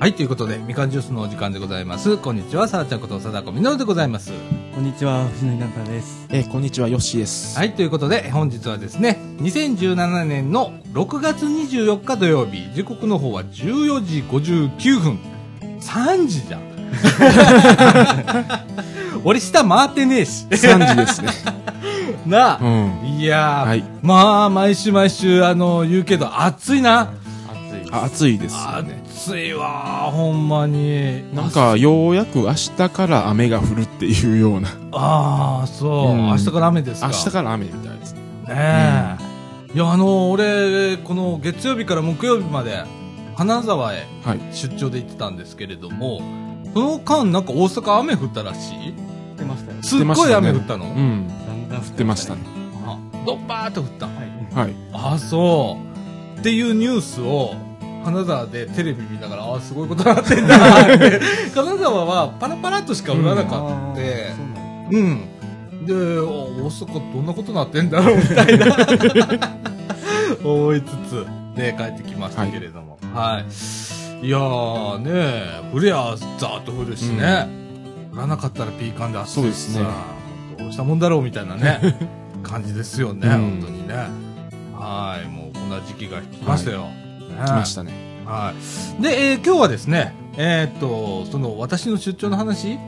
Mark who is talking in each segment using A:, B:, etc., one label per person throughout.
A: はい、ということで、みかんジュースのお時間でございます。こんにちは、さらちゃんこと、さだこみのるでございます。
B: こんにちは、藤野稲太です。
C: えーこんにちは、ヨッシー です。
A: はい、ということで、本日はですね、2017年の6月24日土曜日、時刻の方は14時59分。3時 じゃん。俺下回ってねえし。
C: 3時ですね。
A: な
C: う
A: あ。
C: ん。
A: いやー、
C: はい
A: まあ、毎週毎週、あの、言うけど、暑いな。
B: 暑い。
C: あ暑いですよね。
A: 暑いわー、ほんまに。
C: なんか、ようやく明日から雨が降るっていうような。
A: ああ、そう、
C: うん
A: 明日から雨ですか。
C: 明日から雨みたいですね。
A: ねえ、いやあの俺この月曜日から木曜日まで金沢へ
C: はい。
A: 出張で行ってたんですけれどもその間なんか大阪雨降ったらしい
B: 降ってましたよ。
A: すっごい雨降ったの、
C: うん。
B: だんだん降っ
C: 降ってましたね。。
A: あドッバーって降った
B: はい。
C: はい。
A: ああそうっていうニュースを金沢でテレビ見ながらああすごいことになってんだって 金沢はパラパラっとしか降らなかった、
B: そうなん
A: うん。で、あ大阪どんなことなってんだろうみたいな 思いつつ、ね、帰ってきましたけれども。はい。い、やーね、降りゃざーっと降るしね、降らなかったらピーカンで暑いしさ
C: そうですね
A: どうしたもんだろうみたいなね、 感じですよね、
C: うん
A: 本当にね。はい、もうこんな時期が来ましたよ。ね
C: 来ましたね。
A: はい。で、えー今日はですね、えーっと、その、私の出張の話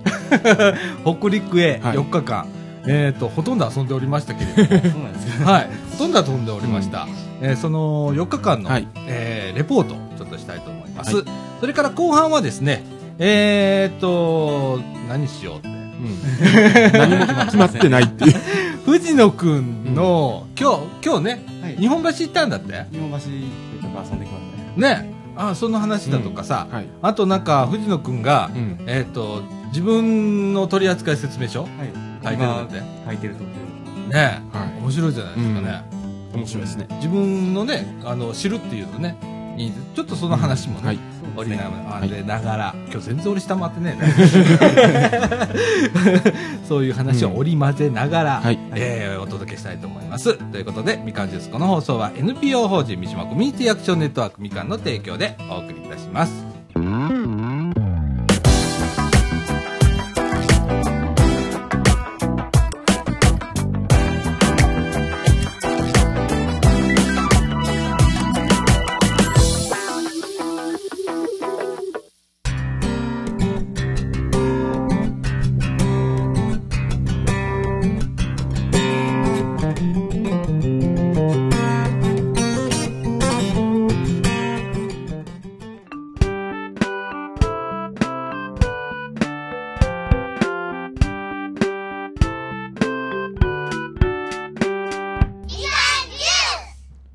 A: 北陸へ
C: はい
A: 4日間、えーっと、ほとんど遊んでおりましたけれど
B: です。そうなんですよ。
A: も、はい。ほとんど遊んでおりました。えーその、4日間の、
C: はい
A: えーレポートをちょっとしたいと思います。
C: は
A: それから後半はですね、えーっと、何しようって。
C: うん。何も決まってない っていう。
A: 藤野くんの、今日、今日ね、
B: はい。
A: 日本橋行ったんだって。
B: 日本橋というとこ遊んできましたね。
A: ね。あ、その話だとかさ、
C: はい。
A: あとなんか、藤野くんが
C: う、ん。
A: えっ、と、自分の取扱説明書
B: はい。
A: 書いてるんだって。
B: 今履いてるとこ
A: ねえ。
C: は
A: 面白いじゃないですかね。
C: い。面白いですね。
A: 自分のね、あの、知るっていうのね、いいですちょっとその話もね、
C: はい。
B: ろ。
A: 折りながら、
C: はい
A: でながら、今日全然俺下回ってね えな。そういう話を織り交ぜながら、
C: はい。
A: えーお届けしたいと思います。ということで、みかんジュースこの放送は NPO 法人三島コミュニティアクションネットワークみかんの提供でお送りいたします。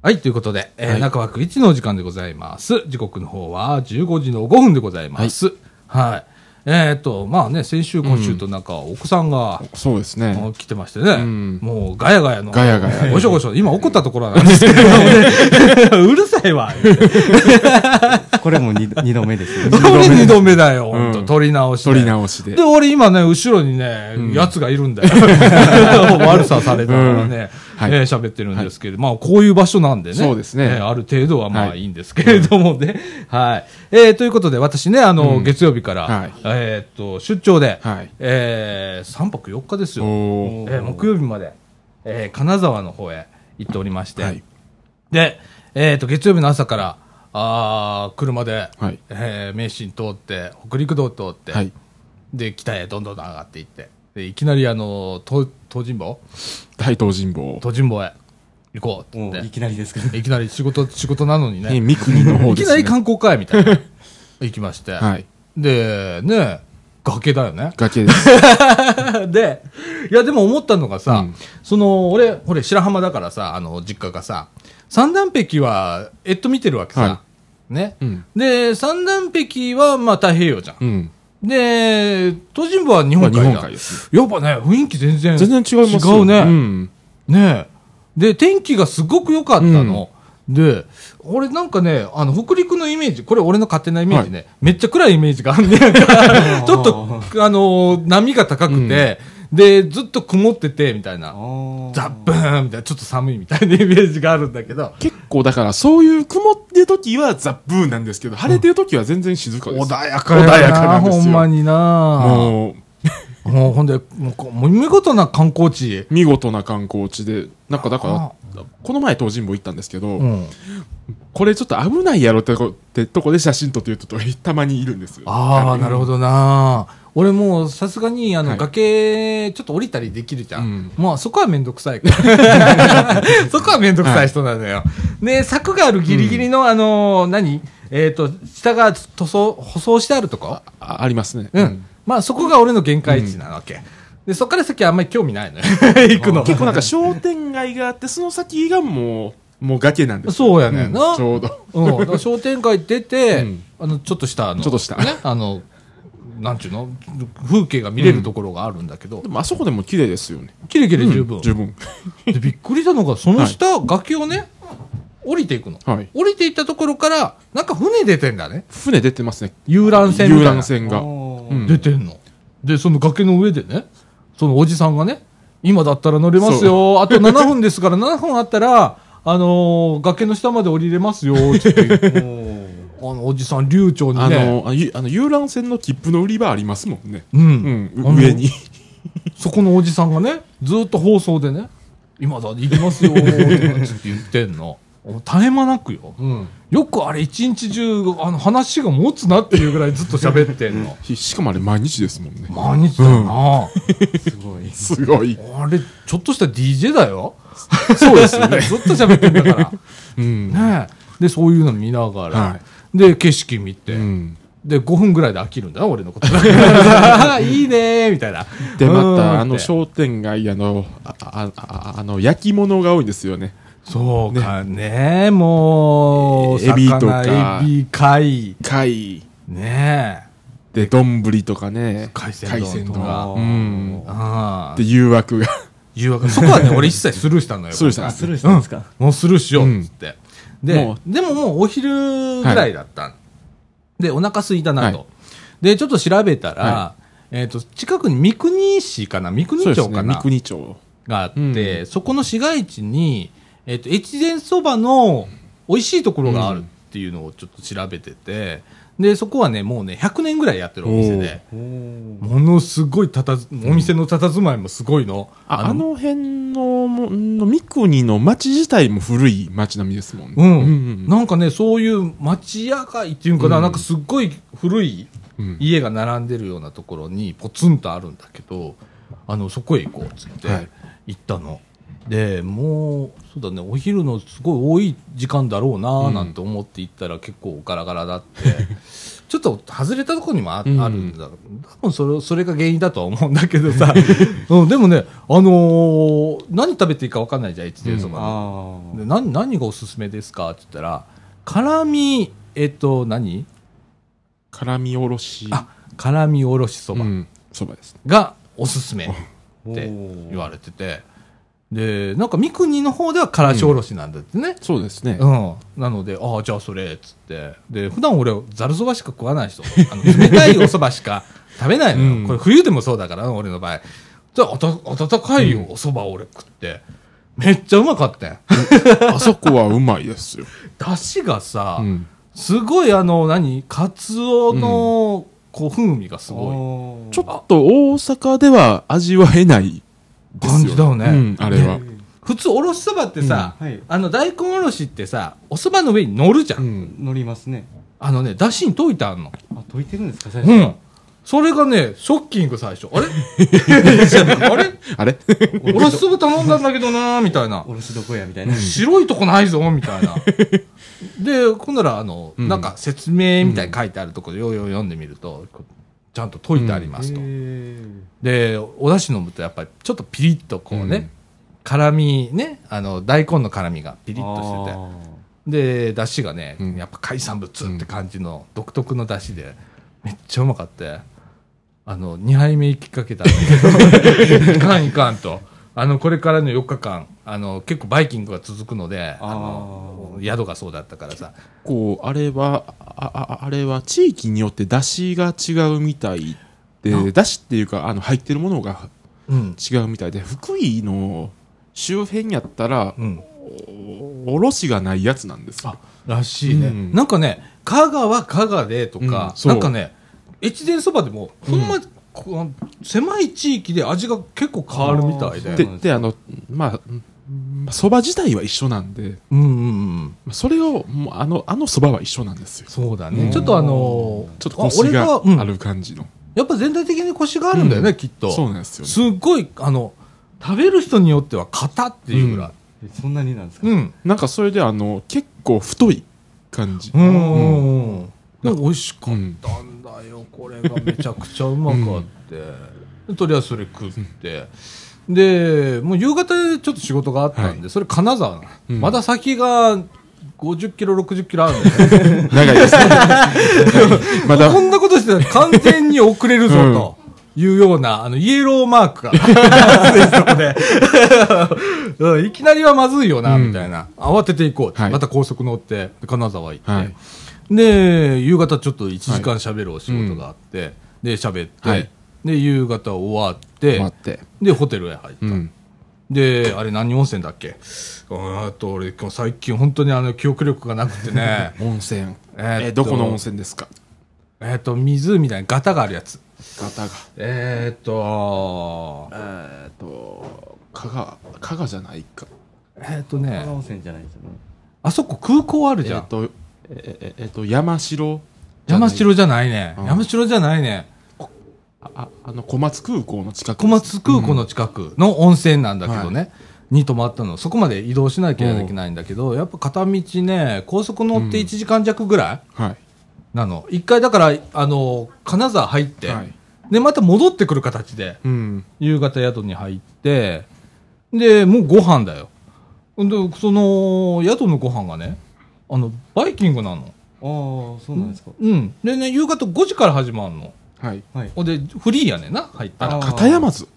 A: はい、ということで、えー
C: はい
A: 中枠1のお時間でございます。時刻の方は15時の5分でございます。はい。えーっと、まあね、先週、今週となんか、お子さんが、
C: そうですね。
A: 来てましてね、
C: ん
A: もうガヤガヤの。
C: ガヤガヤ
A: ごしょごしょ。今怒ったところなんですけどもね、うるさいわ。
B: これも二度二度目ですね。
A: 俺二度目だよ、
C: ん
A: ほんと。撮り直して。
C: 取り直しで
A: で、。俺今ね、後ろにね、奴がいるんだ よ。悪さされたからね、
C: うんはい
A: えー喋ってるんですけど、まあ、こういう場所なんでね。
C: そうですね
A: えーある程度はまあ
C: はい
A: いいんですけれどもね。はい。えーということで、私ね、あの、月曜日から、
C: はい
A: えーっと、出張で、
C: はい
A: えー3泊4日ですよ。
C: おー
A: えー木曜日まで、えー金沢の方へ行っておりまして、
C: はい。
A: で、えーと、月曜日の朝から、あー車で、
C: はい
A: えー名神通って、北陸道通って、
C: はい。
A: で、北へどんどん上がっていって、でいきなりあの、東東尋坊
C: 大東尋坊。
A: 東尋坊へ行こうって
B: もう
A: 言
B: い
A: っ
B: きなりですか
A: て、
B: ら。
A: いきなり仕事、仕事なのにね、
C: ね、三国の方
A: いき
C: です
A: な
C: ね。
A: り観光会みたい な、行きまして、
C: はい。
A: で、ね、崖だよ ね。
C: 崖です。
A: で、いや、でも思ったのがさ、
C: うん
A: その、俺、これ白浜だからさ、あの、実家がさ、三段壁は、えっと見てるわけさ、
C: は
A: ね、
C: うん
A: で、三段壁は、まあ、太平洋じゃん。
C: うん。
A: で、東尋坊は日本海じゃん
C: まあ日本海です
A: やっぱね、雰囲気全然。
C: 全然違いますよ
A: 違うね。
C: うん。
A: ねえで、天気がすごく良かったの。で、俺なんかね、あの、北陸のイメージ、これ俺の勝手なイメージね、めっちゃ暗いイメージがあんねやん かちょっと、あのー波が高くて、で、ずっと曇ってて、みたい
B: あ
A: な。
B: ー
A: ザッブーンみたいな、ちょっと寒いみたいなイメージがあるんだけど、
C: 結構だからそういう曇ってる時はザ・ブーンなんですけど晴れてる時は全然静かです、
A: 穏やかやな
C: 穏やかなんですよ
A: ほんまにな
C: もう
A: もうほんで、もうこもう見事な観光地。
C: 見事な観光地でなんかだ
A: あ
C: からこの前東尋坊行ったんですけど、
A: うん。
C: これちょっと危ないやろってこってとこで写真撮ってる人とたまにいるんですよ
A: ああ、なるほどな。俺もうさすがに、あの、
C: はい
A: 崖、ちょっと降りたりできるじゃん。
C: うん
A: まあ、そこはめんどくさ いから。そこはめんどくさい人なのよ。ね、柵があるギリギリの、あのー、何えっ、と、下が塗装、舗装してあるとこ
C: あありますね
A: うん。まあ、そこが俺の限界値なわけ。で、そこから先はあんまり興味ない のよ。行くの。
C: 結構なんか商店街があってその先がもうもう崖なんですよ
A: そうやねんな
C: ちょうど
A: うん、だから商店街出て、
C: うん
A: あのちょっとしたあの
C: ちょっとした
A: ね、あのなんちゅうの風景が見れるところがあるんだけど、
C: でもあそこでも綺麗ですよね
A: キレキレ十分、
C: 十分
A: でびっくりしたのがその下、崖をね降りていくの、
C: はい
A: 降りていったところからなんか船出てんだね
C: 船出てますね
A: 遊覧船みた
C: 遊
A: いな
C: 覧船が
B: おー
C: うん
A: 出てんの、でその崖の上でねそのおじさんがね今だったら乗れますよあと7分ですから7分あったらあのー崖の下まで降りれますよって 言ってあのおじさん流暢にね
C: あのあゆあの遊覧船の切符の売り場ありますもんね
A: う
C: うんん、
A: あの
C: 上に
A: そこのおじさんがねずっと放送でね「今だ行きます よ」とかつって言ってんの絶え間なくよよくあれ一日中あの話が持つなっていうぐらいずっと喋ってんの
C: ひしかもあれ 毎日ですもんね
A: 毎日だよな、
B: すごい。
C: すごい
A: あれちょっとした DJ だよ
C: そうですよ ね
A: ずっと喋ってんだか
C: うん
A: らねえでそういうの見ながら、
C: は
A: で景色見て、
C: うん
A: で5分ぐらいで飽きるんだな俺 のこと いいねーみたいな
C: でま
A: うーんって
C: たあの商店街あのああああの焼き物が多いんですよね
A: そうかねもう、
C: えエビとか
A: 魚エビ、貝、
C: 貝
A: ね
C: で丼とかね
A: 海鮮丼と
C: 海
A: か
C: 鮮うん
A: あ
C: で誘惑が
A: 誘惑そこはね、俺一切スルーしたのよ。
C: スルーしたん
B: あ、
C: です
B: るしたんですか。
A: もうスルーしようっつって。で
C: も、
A: でももうお昼ぐらいだったん。で、お腹空いたな
C: は
A: と。で、ちょっと調べたら
C: は、
A: えっと、近くに三国市かな三国
C: そうで
A: 町
C: すね
A: か
C: 三
A: な
C: 国町
A: があっ
C: う
A: て、そこの市街地に、えっと、越前そばの美味しいところがあるっていうのをちょっと調べてて、で、そこはね、もうね、100年ぐらいやってるお店で、
B: おー
A: ものすごいたたず、お店のたたずまいもすごいの。
C: ああ、の辺のもの三国の町自体も古い町並みですもんね
A: うん、
C: うん
A: なんかね、そういう町屋街っていうんかな、
C: うん
A: なんかすっごい古い
C: うん
A: 家が並んでるようなところにポツンとあるんだけど、あの、そこへ行こうっつって
C: はい
A: 行ったの。で、もう、そうだね、お昼のすごい多い時間だろうな
C: うん
A: なんて思って行ったら結構ガラガラだ って、ちょっと外れたところにもあ,、
C: うん
A: あるんだ多分それ、それが原因だとは思うんだけど さ、うん、でもね、あのー何食べていいか分かんないじゃん、越前そばの
B: あ
A: で何何がおすすめですかって言ったら辛みえっと何
C: 辛みおろし
A: あ辛みおろしそば
C: うんそばですね
A: がおすすめって言
B: ー
A: われててでなんか三国の方では辛子おろしなんだってね、
C: そうですね
A: うん、なので、ああ、じゃあそれっつって、で普段俺、ざるそばしか食わない人、あの冷たいおそばしか食べないのよ、
C: うん
A: これ、冬でもそうだから、俺の場合、じゃあ、あた温かいよおそば俺食って、めっちゃうまかったん、
C: あそこはうまいですよ
A: だしがさ、
C: うん
A: すごいあの何カツオのこう風味がすごい
B: おー
C: ちょっと大阪では味わえないですよ
A: 感じだよね、
C: うんあれは
B: えー
A: 普通おろしそばってさ、
B: うんはい
A: あの大根おろしってさおそばの上に乗るじゃん、
C: うん
B: 乗りますね。
A: あのねだしに溶いてあんの
B: あ、解いてるんですか、最
A: う
B: 初。
A: んそれがねショッキング最初 あれあれ
C: あれ
A: おろしそば頼んだんだけどなーみたいな
B: おろしどこや、みたいな。
A: 白いとこないぞみたい なで今ならあの、
C: うん
A: なんか説明みたいに書いてあるところようよう読んでみるとちゃんと解いてありますと、
B: へー
A: でお出汁飲むとやっぱりちょっとピリッとこうね、
C: うん
A: 辛みねあの大根の辛みがピリッとしてて
B: あ
A: で出汁がね、
C: うん
A: やっぱ海産物って感じの独特の出汁でめっちゃうまかってあの2杯目行きかけたんだけどいかんいかんとあのこれからの4日間あの結構バイキングが続くのであ
B: あー
A: の宿がそうだったからさ。
C: こう、あれは、あ、あ、あれは地域によって出汁が違うみたいで、出汁っていうか、あの、入ってるものが
A: うん。
C: 違うみたいで、福井の周辺やったら、
A: うん。
C: おおろしがないやつなんですよ。
A: らしいね。
C: うん
A: なんかね、香川、香川でと
C: う
A: か
C: ん、そう
A: なんかね、越前そばでも、ほんま、こう狭い地域で味が結構変わるみたい
B: あー
A: で
C: で、
B: そうなんです
C: で、あの、まあ、そば自体は一緒なんで、
A: うんうんうん。
C: まあそれを、もうあの、あのそばは一緒なんですよ。
A: そうだ
C: う
A: ね。
C: ん
A: ちょっとあのー
C: ちょっと腰
A: あ
C: が
A: 俺が、
C: あ
A: うん
C: る感じの。
A: やっぱ全体的に腰があるんだよね、
C: うん
A: きっと。
C: そうなんですよね。
A: すっごい、あの、食べる人によっては型っていうぐらい。
B: えそんなになんですか、
A: うん。
C: なんかそれで、あの、結構太い感じ。
A: うん。でも美味しか
C: う
A: っ
C: ん
A: たんだよ、これがめちゃくちゃうまかって。とりあえずそれ食って。で、もう夕方ちょっと仕事があったんで、それ金沢なの、
C: うん
A: まだ先が50キロ、60キロあるんだよね。
C: 長いで すね。まだ
A: こ、んなことしてたら完全に遅れるぞ
C: うん
A: と。いうような、あの、イエローマークが、 そこで うんいきなりはまずいよな、みたいな。慌てていこうって、
C: はい
A: また高速乗って、金沢行って、
C: はい
A: で、夕方ちょっと1時間喋るお仕事があって、で、喋って、
C: はい
A: で、夕方終わって、
C: 待って。
A: で、ホテルへ入った。
C: うん。、
A: で、あれ何温泉だっけうんあと俺、今日最近本当にあの、記憶力がなくてね
C: 温泉。
A: えーっと
C: えー、どこの温泉ですか
A: えっと、湖みたいなガタがあるやつ。
C: 方が。
A: えー、っと
C: え、ーっと、加賀、加賀じゃないか。
A: えー、っと
B: 加賀
A: ね、
B: 温泉じゃないですよね
A: あそこ空港ある
C: え
A: じゃ
C: ー
A: ん
C: っ。と、えーえーえーっと、山城。
A: 山。城じゃないね。
C: うん
A: 山城じゃないね。
C: ああ、あの、小松空港の近くで
A: 小
C: す。
A: 松空港の近くの温泉なんだけどね、に泊まったの、そこまで移動しなきゃいけないんだけど、やっぱ片道ね、高速乗って
C: うん
A: 1時間弱ぐらい
C: は
A: なの、一回だから、あの金沢入って、
C: い。はい。
A: で、また戻ってくる形で、
C: うん。
A: 夕方宿に入って、で、もうご飯だよ。で、その宿のご飯がね、あのバイキングなの。
B: ああそうなんですか、
A: うん。でね、夕方5時から始まるの。
C: はい。
B: はい
A: ほんで、フリーやねんな、入ったら
B: あ。ー
C: 片山津。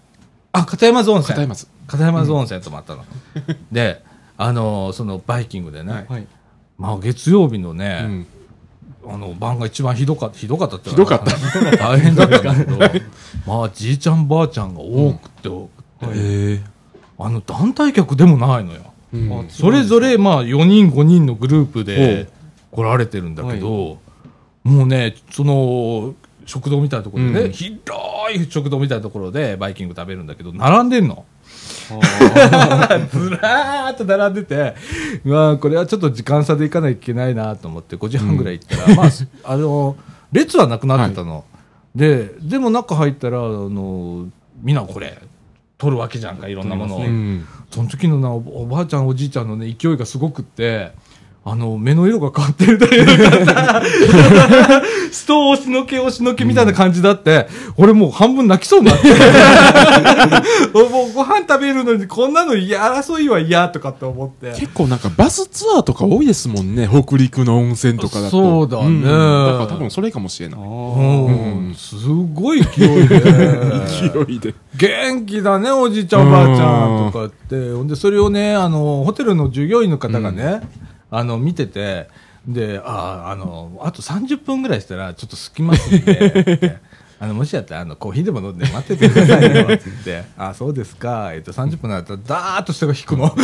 A: あ、片山津温泉
C: 片。山津。
A: 片山津温泉泊まったの。 で、あのーそのバイキングでね、
B: はい
A: まあ月曜日の
C: う
A: ね、
C: ん。
A: あの晩が一番ひどかった、ひどかったって
C: ひどかった
A: た。大変だったんだ けど、まあじいちゃんばあちゃんが多くて多くて、
C: ええ。
A: あの団体客でもないのよ。
C: うん
B: あ
A: それぞれまあ4人5人のグループで来られてるんだけど、もうね、その、食堂みたいなところでね、
C: うん
A: 広い食堂みたいなところでバイキング食べるんだけど、並んでんの。
B: あ
A: ずらーっと並んでて、うわーこれはちょっと時間差で行かないといけないなと思って、5時半ぐらい行ったら、 まあ、すあの、列はなくなってたの。で、でも中入ったら、あの、みんなこれ、取るわけじゃんか、いろんなものを。
B: 取
C: う
B: りま
C: ん。
A: その時のなお、おばあちゃん、おじいちゃんのね、勢いがすごくって、あの、目の色が変わってるというかさ、ストーン押しのけ押しのけみたいな感じだって、俺もう半分泣きそうになって。俺もうご飯食べるのにこんなの嫌争いは嫌とかって思って。
C: 結構なんかバスツアーとか多いですもんね。北陸の温泉とかだ
A: そ
C: と。
A: うだね
C: んだから多分それかもしれない。
B: ー
A: うん、すごい勢いで。
C: 勢いで。
A: 元気だね、おじいちゃん、おばあちゃんとかって。ほんで、それをね、あの、ホテルの従業員の方がね、あの、見てて、で、ああ、あの、あと30分ぐらいしたら、ちょっとすきますんで、ってあの、もしやったら、あの、コーヒーでも飲んで待っててくださいよ、って言って、あそうですか、えっと、30分なったら、だーっと人が引くの。 ほ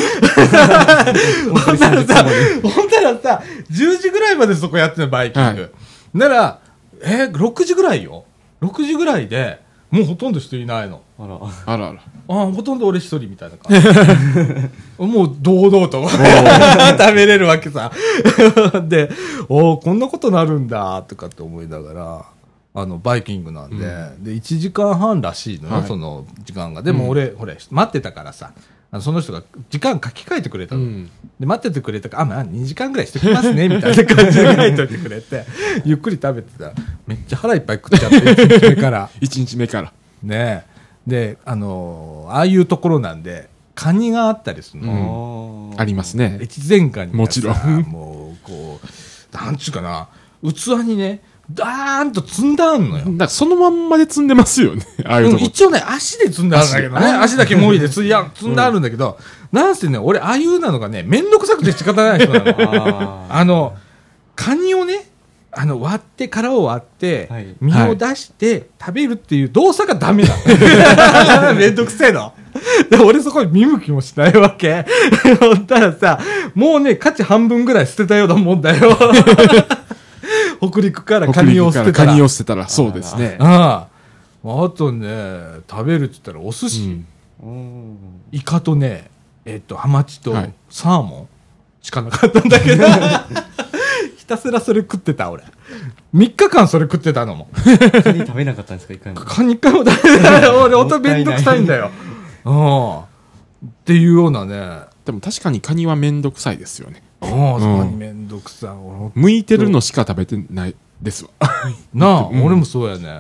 A: んならさ、ほんならさ、10時ぐらいまでそこやってんの、バイキング。
C: はい
A: なら、えー、6時ぐらいよ。6時ぐらいで、もうほとんど人いないの。
B: あら
C: あらあら。
A: ああ、ほとんど俺一人みたいな 感じ。もう堂々と食べれるわけさ。 で、おお、こんなことなるんだ、とかって思いながら、あの、バイキングなんで、で、1時間半らしいのよ、
C: はい
A: その時間が。でも俺、ほれ、待ってたからさ、あのその人が時間書き換えてくれたの。
C: うん
A: で、待っててくれたから、あ、まあ、2時間ぐらいしてきますね、みたいな感じで書いといてくれ て、ゆっくり食べてたら、めっちゃ腹いっぱい食っちゃって、一日目から。
C: 一日目から。
A: ねえであのーああいうところなんでカニがあったりする
C: う
A: の、
B: ん
C: ありますね。
A: 越前カニがさ
C: もちろん
A: もうこうなんちゅうかな器にねダーンと積んだんのよ。
C: だからそのまんまで積んでますよね。ああいう
A: う
C: と
A: ん
C: こ。
A: 一応ね、足で積んであるんだけどね。
C: 足で
A: 足だけもいで積んであ積んであるんだけど、なんせね、俺、ああいうなのがね、めんどくさくて仕方ない人なの。
B: あ
A: あの、カニをね、あの、割って、殻を割って、
B: はい
A: 身を出して食べるっていう動作がダメなの。 めんどくせえの。で、俺そこに見向きもしないわけ。ほったらさ、もうね、価値半分ぐらい捨てたようなもんだ よ。北陸からカニを捨てた
C: カ
A: ら。
C: ニを捨てたら、そうですね。
A: ああ。あとね、食べるって言ったらお寿司、
B: ー
C: うん
B: うん
A: イカとね、えっと、ハマチと
C: はい
A: サーモンしかなかったんだけ ど、ひたすらそれ食ってた、俺。3日間それ食ってたのも。
B: カニ食べなかったんですか一回 も。
A: カニ一回も食べ ない。俺、
B: も
A: ほん
B: った
A: と
B: いない
A: めんどくさいんだよ。うん。っていうようなね。あ
C: でも確かにカニはめんどくさいですよね。
A: あ、そ
C: うん
A: こにめんどくさい。俺ほん
C: 剥いてるのしか食べてないで すわ。
A: なあ、
C: うん
A: 俺もそうやね。あ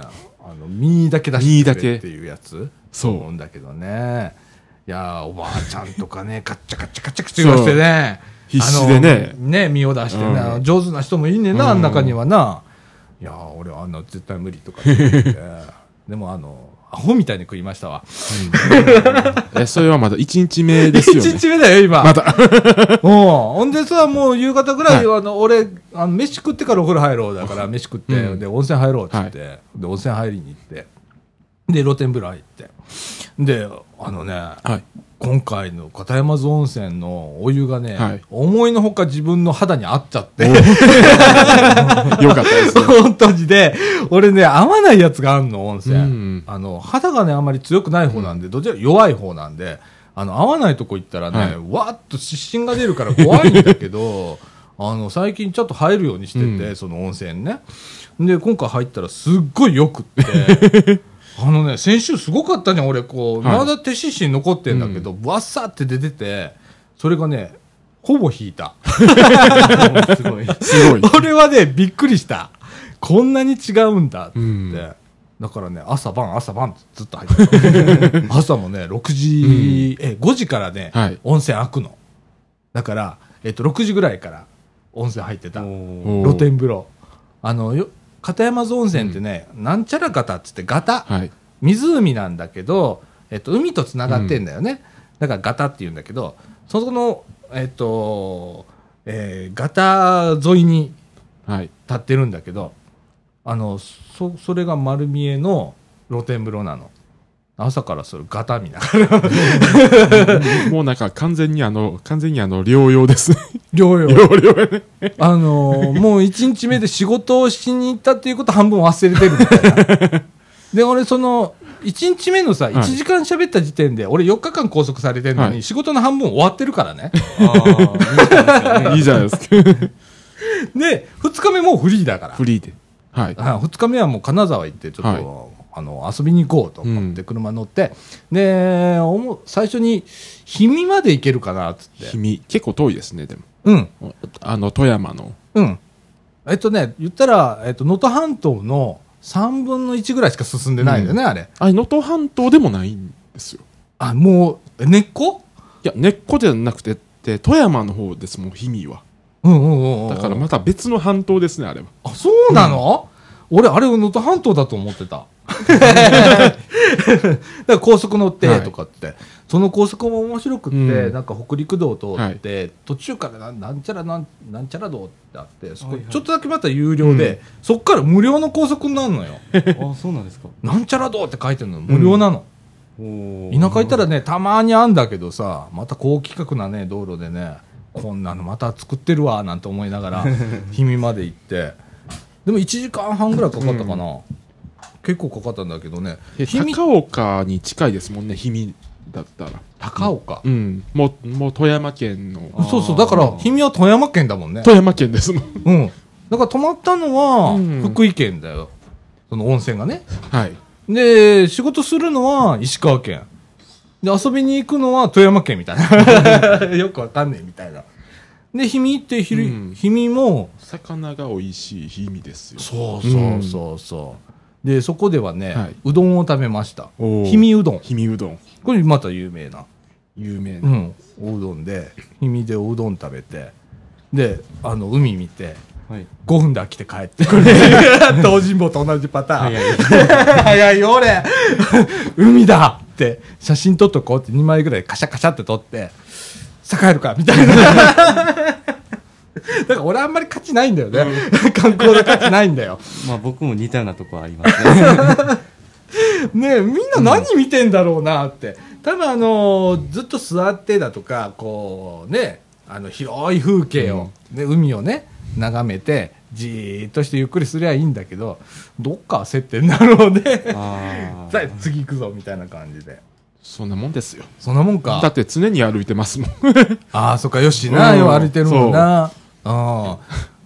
A: の、身だけ出してくれっていうやつ。
C: そう
A: 思うんだけどね。いやーおばあちゃんとか ね、カッチャカチャカチャカチャ言わしてね。
C: そう必死でね
A: あのね、身を出してね、
C: うん
A: あの上手な人もいいねんな、
C: うん
A: あん中にはな。いやー俺はあんな絶対無理とか言って てでもあの、アホみたいに食いましたわ。
C: え、それはまだ1日目ですよ
A: 一
C: ね。
A: 日目だよ、今。
C: まだ。
A: うん。ほんでさ、もう夕方ぐらい、
C: は
A: あの、俺、あの、飯食ってからお風呂入ろうだから、飯食って、
C: うん
A: で、温泉入ろうってって、で、温泉入りに行って、で、露天風呂入って。で、あのね、
C: はい。
A: 今回の片山津温泉のお湯がね、
C: はい
A: 思いのほか自分の肌に合っちゃって、
C: よかったですね。
A: 本当にね、俺ね、合わないやつがあんの、温泉。
C: うん
A: あの、肌がね、あんまり強くない方なんで、どちらか弱い方なんで、あの、合わないとこ行ったらね、
C: はい
A: わーっと湿疹が出るから怖いんだけど、 あの、最近ちょっと入るようにしてて、
C: う
A: その温泉ね。で、今回入ったらすっごいよくっ て、あのね、先週すごかったね、俺、こう、
C: はい
A: まだ手湿疹残ってんだけど、わっさって出てて、それがね、ほぼ引いた。
B: おすごい。
C: すごい。
A: 俺はね、びっくりした。こんなに違うんだって。
C: うん
A: だからね、朝晩、朝晩ってずっと入ってた。朝もね、6時、え、5時からね、
C: はい
A: 温泉開くの。だから、えっと、6時ぐらいから温泉入ってた。
B: おー
C: おー
A: 露天風呂。あの、よ片山津温泉ってね、なんちゃらガタっつってガタ。
C: はい。
A: 湖なんだけど、えっと、海とつながってんだよね、だからガタって言うんだけどそこの、えっとえーガタ沿いに
C: はい。
A: 立ってるんだけどあのそそれが丸見えの露天風呂なの朝からそれガタ見ながら
C: もうなんか完全にあの、完全にあの、療養ですね。
A: 療養
C: 療養やね。
A: あ のーもう一日目で仕事をしに行ったっていうこと半分忘れてるみたい な。で、俺その、一日目のさ、
C: い
A: 一時間喋った時点で、俺4日間拘束されてるの
C: は
A: に、
C: い
A: 仕事の半分終わってるから ね。
B: ああ、
C: いいじゃないですか。
A: で、2日目もうフリーだから。
C: フリーで。はい。
A: あ2日目はもう金沢行って、ちょっと、
C: はい
A: あの、遊びに行こうと思って、
C: うん
A: 車乗って、で、おも最初に、氷見まで行けるかな、つって。
C: 君、結構遠いですね、でも。
A: うん、
C: あの、富山の。
A: うん。えっとね、言ったら、えっと、能登半島の3分の1ぐらいしか進んでないんだよね、あれ。
C: あれ、能登半島でもないんですよ。
A: あ、もう、え根っこ
C: いや、根っこではなくて、で富山の方ですもん、氷見は。
A: うんうんうん。
C: だから、また別の半島ですね、あれは。
A: あ、そうなの、俺、あれ、能登半島だと思ってた。だから高速乗ってとかって、その高速も面白くって、
C: うん
A: なんか北陸道通って、途中からなんなんちゃらなんなんちゃら道ってあって、そこ
B: はいはい
A: ちょっとだけまた有料で、
C: うん
A: そっから無料の高速になるのよ。
B: あそうなんですか。
A: なんちゃら道って書いてるの、無料なの。
B: お
A: 田舎行ったらね、たまにあんだけどさ、また高規格なね、道路でね、こんなのまた作ってるわ、なんて思いながら、氷見まで行って、でも1時間半ぐらいかかったかな。結構かかったんだけどね、
C: え
A: 氷見、
C: 高岡に近いですもんね、氷見だったら。
A: 高岡
C: う。ん。もう、もう富山県の。
B: ん
A: そうそう、だから、
B: あー
A: 氷見は富山県だもんね。
C: 富山県ですもん。
A: うん。だから泊まったのは
C: うん、
A: 福井県だよ。その温泉がね。
C: はい。
A: で、仕事するのは石川県。で、遊びに行くのは富山県みたいな。 よくわかんねえみたいな。で、氷見行って、ひ
C: う
A: り
C: ん
A: 氷見も、
C: 魚が美味しい氷見ですよ。
A: そうそうそうそう。で、そこではね、
C: はいう
A: どんを食べました。
C: おー
A: 氷見うどん。
C: 氷見うどん。
A: これまた有名な。
C: 有名な。
A: うん。おうどんで、氷見でおうどん食べて、で、あの、海見て、
B: はい。
A: 5分で飽きて帰ってくる。東尋坊と 同じパターン。
B: 早い。
A: 早いよ、俺。 海だって、写真撮っとこうって2枚ぐらいカシャカシャって撮って、さあ帰るか、みたいな。 だから俺あんまり価値ないんだよね。観光の価値ないんだよ。
B: まあ僕も似たようなとこはあります ね。
A: ねえみんな何見てんだろうなって。多分あのーずっと座ってだとか、こうね、あの広い風景を、ね、海をね、眺めて、じーっとしてゆっくりすりゃいいんだけど、どっか焦ってんだろうね。
B: あ
A: さあ次行くぞみたいな感じで。
C: そんなもんですよ。
A: そんなもん
C: だ
A: か
C: っ。て常に歩いてますもん。
A: ああ、そっか、よしな、
C: うん
A: よう歩いてるもんな。うん。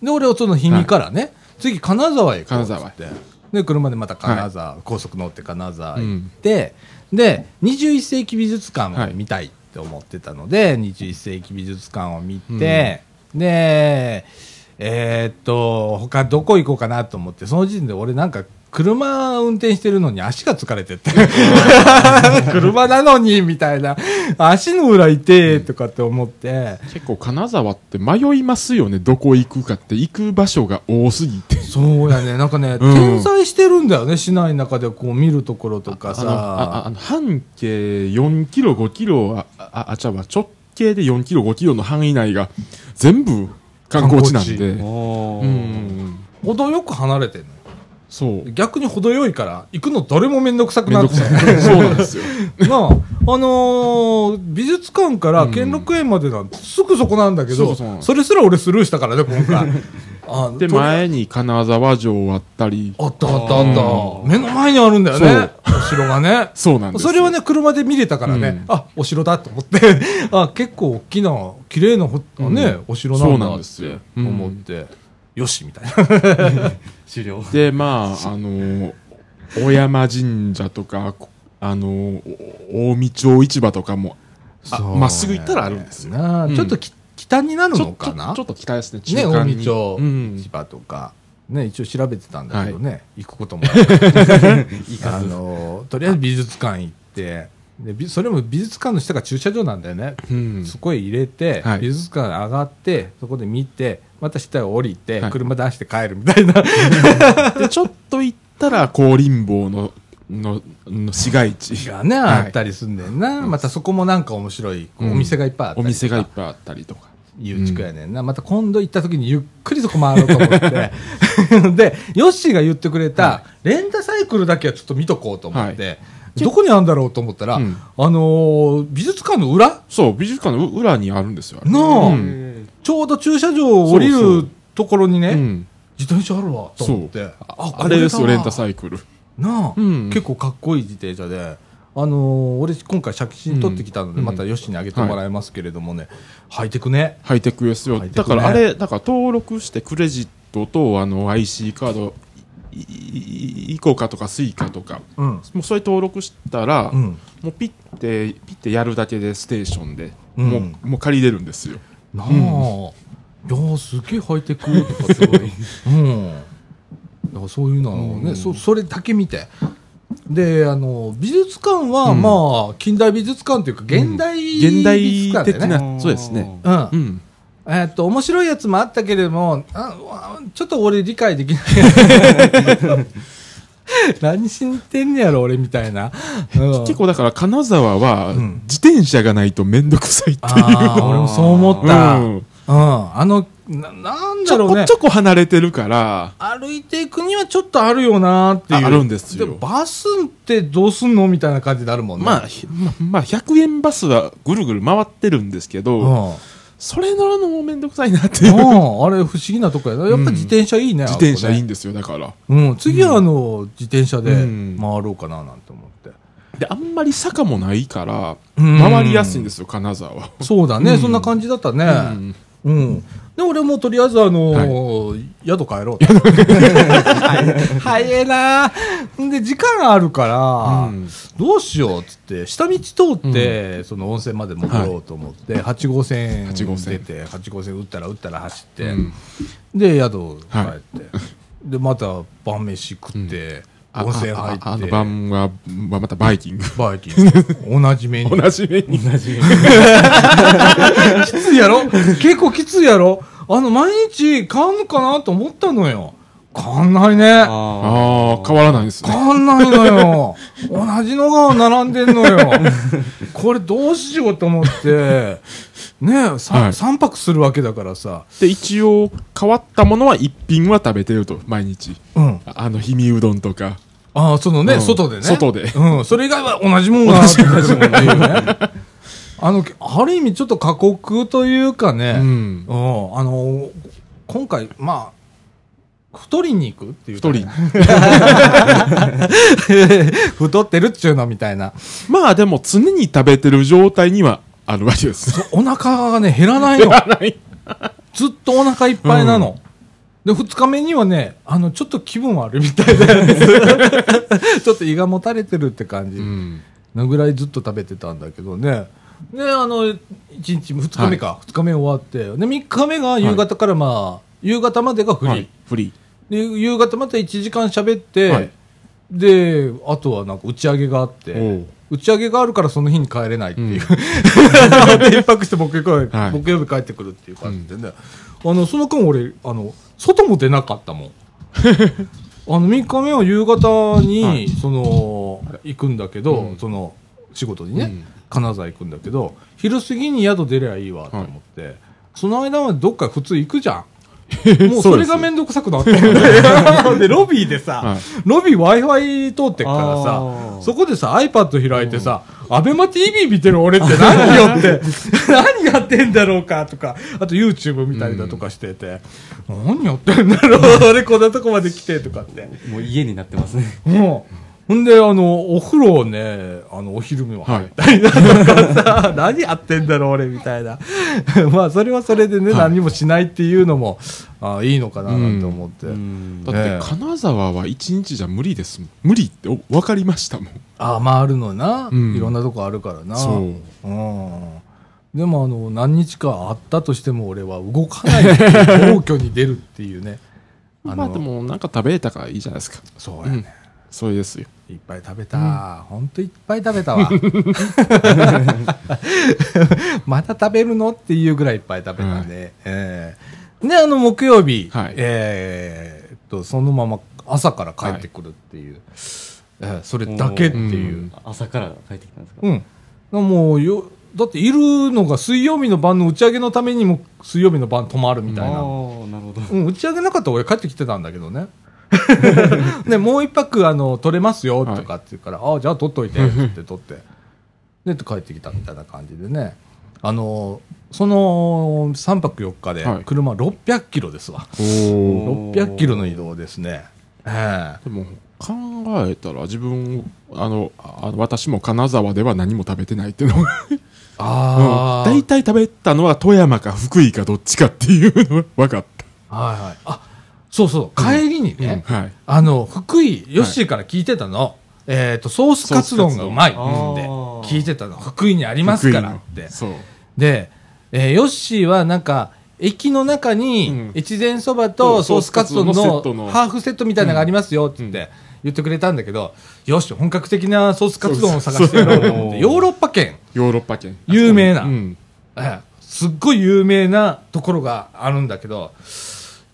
A: で、俺はその氷見からね、次、金沢へ行こうっつって。
C: 金
A: で、車でまた金沢、高速乗って金沢
C: う
A: 行
C: ん
A: って、で、21世紀美術館
C: は
A: を
C: い
A: 見たいって思ってたので、21世紀美術館を見て、で、えーっと、他どこ行こうかなと思って、その時点で俺なんか、車運転してるのに足が疲れ てって。車なのに、みたいな。足の裏痛えとかって思って。
C: 結構金沢って迷いますよね。どこ行くかって。行く場所が多すぎて。
A: そうやね。なんかね、
C: うん
A: 点在してるんだよね。市内の中でこう見るところとか
C: あのああ
A: さ。
C: あの半径4キロ5キロあああちゃうわ直径で4キロ5キロの範囲内が全部観光地なんで
B: あ。お
C: う
B: ー。
C: ん
A: 程よく離れてる
C: そう
A: の。逆に程よいから、行くのどれもめんどくさく
C: めん
A: な
C: ど
A: っ
C: く
A: ちゃ
C: さ
A: う。
C: い そうなんですよ
A: なあ、あのー美術館から兼六園までなんてすぐそこなんだけ
C: そ
A: ど、
C: うそう
A: それすら俺スルーしたからね、今 回。あ
C: で
A: とりあえず
C: 前に金沢城あったり
A: あったあったあった
B: う。ん
A: 目の前にあるんだよね。お城がね。
C: そうなんですよ
A: それはね、車で見れたからね、
C: うん
A: あお城だと思って、 あ結構大きな、綺麗なほ、
C: うん
A: ね、お城なん
C: そう
A: だ
C: なん
A: っ
C: ですよ
A: て
C: うん
A: 思って、よしみたいな。
B: 終了。
C: でまああの小山神社とかこあのお近江町市場とかもあ
A: そう
C: まっすぐ行ったらあるんですよ
A: なあ
C: うん
A: ちょっとき北になる
C: ち
A: の
C: ょ
A: かな
C: ちょちょっと期待ですね中
A: ね、
C: 間
A: 近
C: に
A: 江町、
C: うん
A: 千葉とか、ね、一応調べてたんだけどね、行くことも なくあのとりあえず美術館行ってでびそれも美術館の下が駐車場なんだよね、
C: うん
A: そこへ入れて、
C: はい
A: 美術館上がってそこで見てまた下へ降りて、
C: はい
A: 車出して帰るみた いな
C: でちょっと行ったら高林坊ののの市街地
A: がね、
C: はい
A: あったりすんねんな、またそこもなんか面白いこうお店がいっぱいあった
C: お
A: り
C: 店がいっぱいあったりとか
A: いう地区やねんな、また今度行った時にゆっくりそこ回ろうと 思ってでヨッシーが言ってくれたレンタサイクルだけはちょっと見とこうと思って、どこにあるんだろうと思ったら、
C: うん
A: あのー美術館の裏
C: そう美術館の裏にあるんですよあれ
A: の、
C: うん
A: ちょうど駐車場を降り
C: そうそ
A: る
C: う
A: ところにね
C: うん
A: 自転車あるわと
C: そ
A: 思っ
C: う
A: て
C: ああれですよレンタ
A: イ
C: サイクル
A: クルなあ、
C: うん
A: 結構かっこいい自転車であのー俺今回写真撮ってきたので、
C: うん
A: またヨッシーにあげてもらいますけれどもね、ハイテクね
C: ハイテクですよ、
A: ハイテクね
C: だからあれだから登録してクレジットとあの IC カードいいいイコカとかスイカとか
A: うん
C: もうそれ登録したら、
A: うん
C: もうピッてピッてやるだけでステーションで、
A: うん
C: もうもう借りれるんですよ
A: なあ、いやーすげえハイテクとかすごい うんだからそういうのをね、
C: うん
A: そそれだけ見てであの美術館は、
C: うん
A: まあ近代美術館というか現代
C: 現代
A: 美術館
C: 的
A: だよね
C: なそうですね
A: うん、
C: うん
A: えーっと面白いやつもあったけれどもあわちょっと俺理解できない 何しに行ってんねやろ俺みたいな、うん
C: 結構だから金沢は
A: うん
C: 自転車がないと面倒くさいっていう、
A: ああ俺もそう思った、う
C: うんん
A: あのななん
C: ち
A: だろう
C: ょこ
A: ね
C: ちょこ離れてるから
A: 歩いていくにはちょっとあるよなっていう。
C: ああるんですよ
A: でもバスってどうすんのみたいな感じになるもんね。
C: まあ、ひままあ、100円バスはぐるぐる回ってるんですけど、
A: うん。
C: それ乗るのも面倒くさいなっていう。
A: うんあれ不思議なとこやな。やっぱ自転車いいね。
C: 自転車いい
A: あ
C: んですよ、だから。
A: そこね。うん。次はあの、自転車で
C: うん
A: 回ろうかななんて思って。
C: で、あんまり坂もないから、
A: うん
C: 回りやすいんですよ、金沢は。
A: そうだね。
C: うん
A: そんな感じだった
C: う
A: ね
C: ん。
A: うん。で、俺もとりあえずあのー、宿帰ろうと。はい早えなーんで、時間あるから、
C: うん
A: どうしようっつって、下道通って、その温泉まで戻ろうと思って、8号線
C: 8号
A: 出
C: 線
A: て、8号線打ったら打ったら走って、
C: うん
A: で、宿帰って、
C: は
A: で、また晩飯食って、
C: あ
A: 温泉入
C: あああ
A: って
C: の、晩は、はまたバイキン グ。
A: バイキング、同じメニュー
C: 同じメニュー。
A: きついやろ結構きついやろあの、毎日買うのかなと思ったのよ。買わないね。
C: ああ、変
B: わ
C: わらないです
A: 買
C: ね。
A: わないのよ。同じのが並んでんのよ。これどうしようと思って。ねえ、
C: は
A: 3,
C: い
A: 三泊するわけだからさ。
C: で、一応、変わったものは一品は食べてると、毎日。
A: うん。
C: ああの、氷見うどんとか。
A: ああ、そのね、
C: うん
A: 外でね。
C: 外で
A: うん。それ以外は同じもんが。ね。あの、ある意味ちょっと過酷というかね。
C: うん。
A: うん、あの今回、まあ、太りに行くっていうか
C: 一
A: ね、
C: 人。
A: 太ってるっちゅうのみたいな。
C: まあでも、常に食べてる状態にはあるわけです。
A: お腹がね、減らないの。ずっとお腹いっぱいなの。で、二日目にはね、あの、ちょっと気分悪いみたいです。ちょっと胃がもたれてるって感じ
C: うん。
A: なぐらいずっと食べてたんだけどね。で、あの、1日、2日目か、二日目終わって、で、3日目が夕方からまあ、夕方までがフリー。
C: はい。フリ
A: で夕方また1時間喋って、
C: はい
A: であとはなんか打ち上げがあって
C: ー。
A: 打ち上げがあるからその日に帰れないっていう、
C: うん
A: で一泊して木曜日、
C: はい
A: 木曜日帰ってくるっていう感じでね、あのその間俺あの外も出なか ったもんあの3日目は夕方に、
C: はい
A: その行くんだけど、
C: うん
A: その仕事に
C: う
A: ね、
C: ん
A: 金沢行くんだけど昼過ぎに宿出りゃいいわと思って、その間はどっか普通行くじゃんもうそれが面倒くさくなったのでロビーでさ、
C: はい
A: ロビー w i f i 通ってっから
B: あ
A: さ
B: ー
A: そこでさ iPad 開いてさ、アベマ TV 見てる俺って何よって何やってんだろうかとかあと YouTube 見たりだとかしてて、何やってんだろう俺こんなとこまで来てとかって
B: もう家になってますね。
A: もうん。ほんで、あの、お風呂をね、あの、お昼目は入ったりだとかさ、 何やってんだろう、俺、みたいな。 まあ、それはそれでね、
C: はい
A: 何もしないっていうのも、あいいのかな、なんて思って。
B: うん
C: だって、金沢は一日じゃ無理ですもん。無理ってお分かりましたもん。
A: ああ、まあ、あるのな、
C: うん
A: いろんなとこあるからな。
C: そう
A: うん。でも、あの、何日かあったとしても、俺は動かないっていう。 皇居に出るっていうね。あ
C: まあ
A: の
C: でも、なんか食べれたからいいじゃないですか。
A: そう
C: う
A: やね。
C: ん。それですよ。
A: いっぱい食べた。ほんといっぱい食べたわ。また食べるのっていうぐらいいっぱい食べたんで。ええで、あの、木曜日、
C: はい
A: えーっと、そのまま朝から帰ってくるっていう。ええそれだけっていう。
B: 朝から帰ってきたんですか
A: うん。もうよ、だっているのが水曜日の晩の打ち上げのためにも水曜日の晩泊まるみたいな。
B: ああ、なるほど。
A: うん、打ち上げなかったら俺帰ってきてたんだけどね。で、もう一泊、あの、取れますよ、とかって言うから、ああ、じゃあ取っといて、って言って取って。で、帰ってきたみたいな感じでね。あの、その3泊4日で
C: はい、
A: 車600キロですわ。
C: お
B: おー
A: 600キロの移動ですね。ええ
C: でも、考えたら自分、あの、あの私も金沢では何も食べてないっていうのが。
A: あ
C: だ
A: ー
C: いたい食べたのは富山か福井かどっちかっていうのが分かっ
A: はいはい。あ、そうそう、帰りに
C: た。うん
A: ね、
C: はい。
A: あの、福井、ヨッシーから聞いてたの。えっ、と、ソースカツ丼がうまいって
B: ソースカツ丼
A: 聞いてたの。福井にありますからっ
C: 福井
A: て
C: の。そう。
A: で、えーヨッシーはなんか、駅の中
C: う
A: に
C: ん、
A: 越前そばとソースカツ丼の
C: ソースカツ丼のセットの
A: ハーフセットみたいなのがありますよって言っ
C: うん
A: て言ってくれたんだけど、よし、本格的なソースカツ丼を探してやろうと思っ
B: そ
A: て、
B: う
A: ヨーロッパ圏、
C: ヨーロッパ圏。
A: 有名な、
C: うん。
A: えーすっごい有名なところがあるんだけど、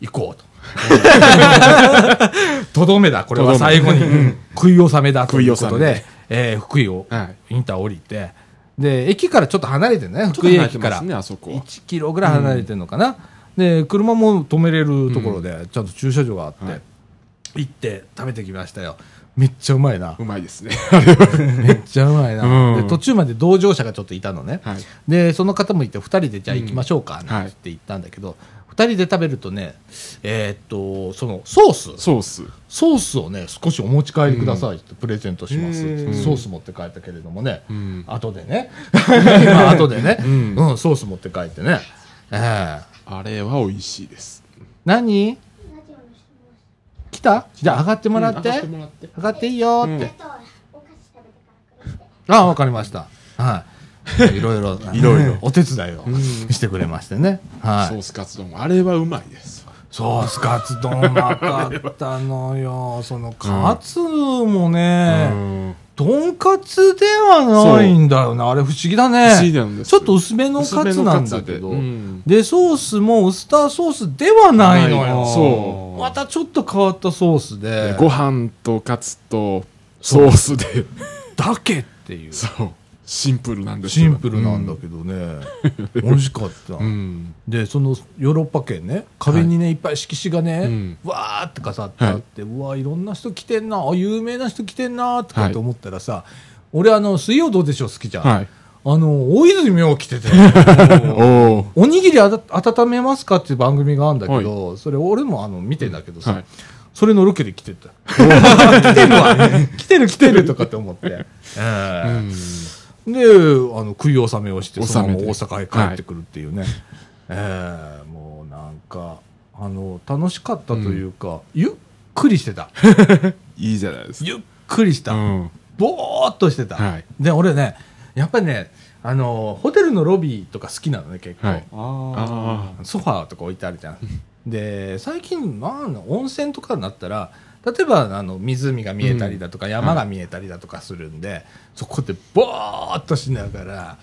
A: 行こうと。 とどめだ、これは最後に。食い納めだということ
C: 食い納め
A: で、えー福井を、
C: はい
A: インター降りて、で、駅からちょっと離れてね、
C: ちょっと
A: 福井
C: 離れて
A: 駅か
C: ま
A: ら。
C: すね、あそこは。
A: 1キロぐらい離れてるのかな、で車も止めれるところでちゃんと駐車場があって、
C: はい
A: 行って食べてきましたよめっちゃうまいな
C: うまいですね。
A: めっちゃうまいな、
C: うん
A: で途中まで同乗者がちょっといたのね、
C: はい。
A: でその方もいて2人でじゃあ行きましょうかなんて言ったんだけど、2人で食べるとねえーっとそのソース
C: ソース。
A: ソースをね少しお持ち帰りくださいってプレゼントします、
B: うん
A: ソース持って帰ったけれどもね、
C: うん。
A: 後でね 今後でね、う
C: うんん
A: ソース持って帰ってねええ
C: あれは美味しいです。
A: 何来たじゃあ上がってもらって、
C: うん上が
A: 上
C: も
A: が
C: らって
A: っていいよって、
C: うん
A: ああわかりましたはいいろいろ
C: いろいろ
A: お手伝いを
C: ん
A: してくれましてね、はい
C: ソースカツ丼。あれはうまいです。
A: ソースカツ丼うまかったのよそのカツもね、
C: うん
A: とんかつではないんだよな。あれ不思議だ
C: 不思議
A: ね。
C: なんです
A: ちょっと薄めのカツなんだ
C: 薄めのカツで
A: けど。
C: うん
A: で、ソースもウスターソースではないのよ。
C: ないそ
A: またちょっと変わったソースで。
C: ご飯とカツとソースで
A: だけっていう。
C: そうシンプルなんです
A: シ
C: よ
A: ンプルなんだけど ね。美味しかった。
C: うん
A: でそのヨーロッパ圏ね壁にね、い、っぱい色紙がね、
C: うん
A: わーって飾ってあって、うわーいろんな人来てんなあ有名な人来てんなとかって思ったらさ、俺あの水曜どうでしょう好きじゃん、
C: はい
A: あの大泉洋来てて
C: お
A: おにぎりあた温めますかっていう番組があるんだけど、それ俺もあの見てんだけどさ、
C: はい
A: それのロケで来てた来てるわ、来てる来てるとかって 思って、ええ
C: ーうん
A: で、あの、食い納めをして、そのまま
C: 納め
A: 大
C: て
A: 阪へ帰ってくるっていうね。ええもうなんか、あの、楽しかったというか、ゆっくりしてた。
C: いいじゃないですか
A: ゆっくりした。
C: うん
A: ぼーっとしてた。
C: はい
A: で、俺ね、やっぱりね、あの、ホテルのロビーとか好きなのね、結構。
C: はい
B: あ
C: あ
A: ソファーとか置いてあるじゃん。 で、最近、なんだ温泉とかになったら、例えばあの湖が見えたりだとか、山が見えたりだとかするんで、そこでぼーっとしながら、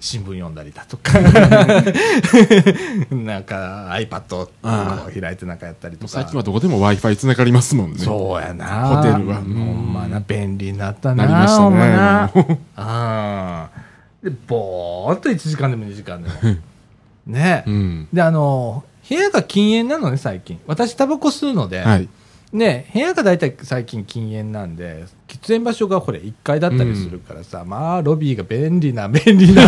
A: 新聞読んだりだと か、なんか iPad をこう開いてなんかやったり
C: も
A: とか。
C: う最近はどこでも w i f i つながりますもんね
A: そうやな。
C: ホテルは
A: ほ
C: うん
A: んまな、便利になったな。
C: なりましたね
A: ほんまな
C: もう。
A: あで、ぼーっと1時間でも2時 間でも。ね。
C: うん
A: で、あの、部屋が禁煙なのね、最近。私、タバコ吸うので、
C: はい
A: ね、部屋が大体最近禁煙なんで、喫煙場所がこれ1階だったりするからさ、まあ、ロビーが便利な、便利 な。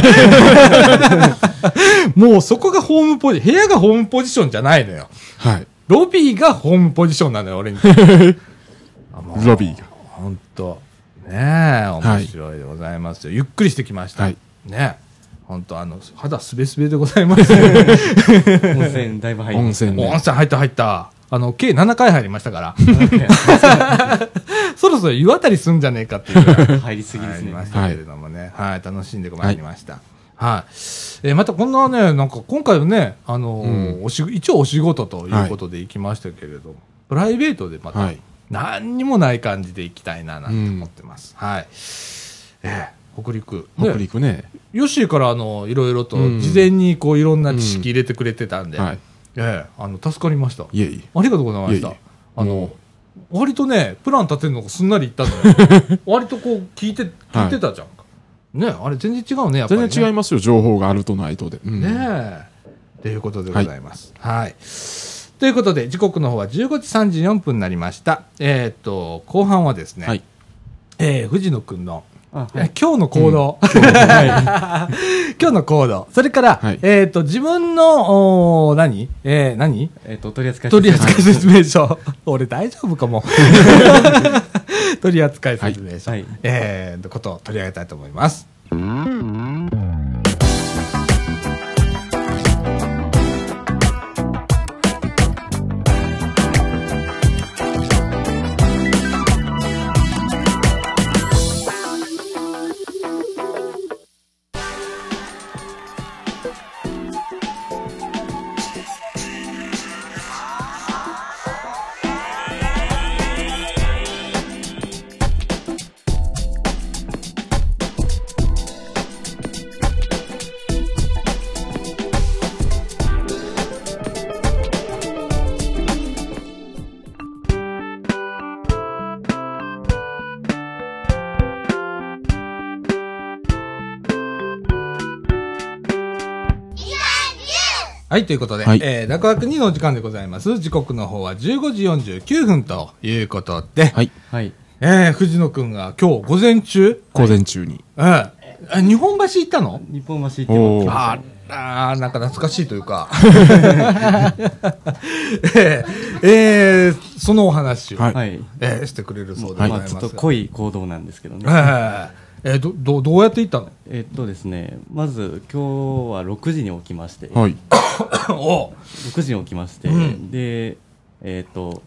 A: もうそこがホームポジ、部屋がホームポジションじゃないのよ。
C: はい
A: ロビーがホームポジションなのよ、俺に。
C: ロビーが
A: 本当ねえ、面白いでございますよ。ゆっくりしてきました。
C: はい
A: ねえ。本当あの、肌すべすべでございます。
B: あ温泉だいぶ入って
C: 温泉
A: 温
C: ね
A: 泉入った入った。あの、計7回入りましたから。 そろそろ湯あたりすんじゃねえかっていうぐらい
B: 入りすぎで
A: 入
B: す
A: りま
B: ね
A: したけれどもね。はい、楽しんでまいりました。はい。えーまたこんなね、なんか今回はね、あのーおし一応お仕事ということで行きましたけれども、プライベートでまた、
C: はい
A: 何にもない感じで行きたいななんて思ってます。はい。えー北陸。
C: 北
A: ね
C: 陸ね
A: ヨッシーからあの、いろいろと
C: うん
A: 事前にこういろんな知識入れてくれてたんで、
C: はい
A: ええあの、助かりました。
C: いえいえ
A: ありがとうございました。
C: いえいえ
A: あの
C: も、
A: 割とね、プラン立てるのがすんなりいったの よ。割とこう、聞いて、聞いてたじゃんか。ねあれ全然違うね、やっぱり、ね。
C: 全然違いますよ情報があるとないとでうん
A: ねえ。ということでございます。はい。ということで、時刻の方は15時34分になりました。えーっと、後半はですね、
C: はい
A: えー藤野くんの、
B: あ
A: えー今日の行動、 今日の行動、それから、
C: はい
A: えーっと、自分の、おー何えー何
B: えっと取り扱い
A: 取扱説明書。俺大丈夫かも。取扱説明書。
B: はいはい
A: えー、のことを取り上げたいと思います。はい、ということで、
C: はい
A: えー、楽枠2のお時間でございます。時刻の方は15時49分ということで、
C: はい
B: はい
A: えー、藤野くんが今日午前中、
C: 午前中に
A: うん、あ日本橋行ったの
B: 日本橋行っても
C: おー
A: あらー、なんか懐かしいというか。 えーえーそのお話を、
C: はい
B: はい
A: えーしてくれるそうでござい
B: ま
A: ま
B: あ
A: す
B: ちょ
A: が。
B: っと濃い行動なんですけどね
A: えええどどどうやって行ったの
B: えっとですねまず今日は6時に起きまして
C: はい
A: お
B: 6時に起きまして、
A: うん
B: でえっと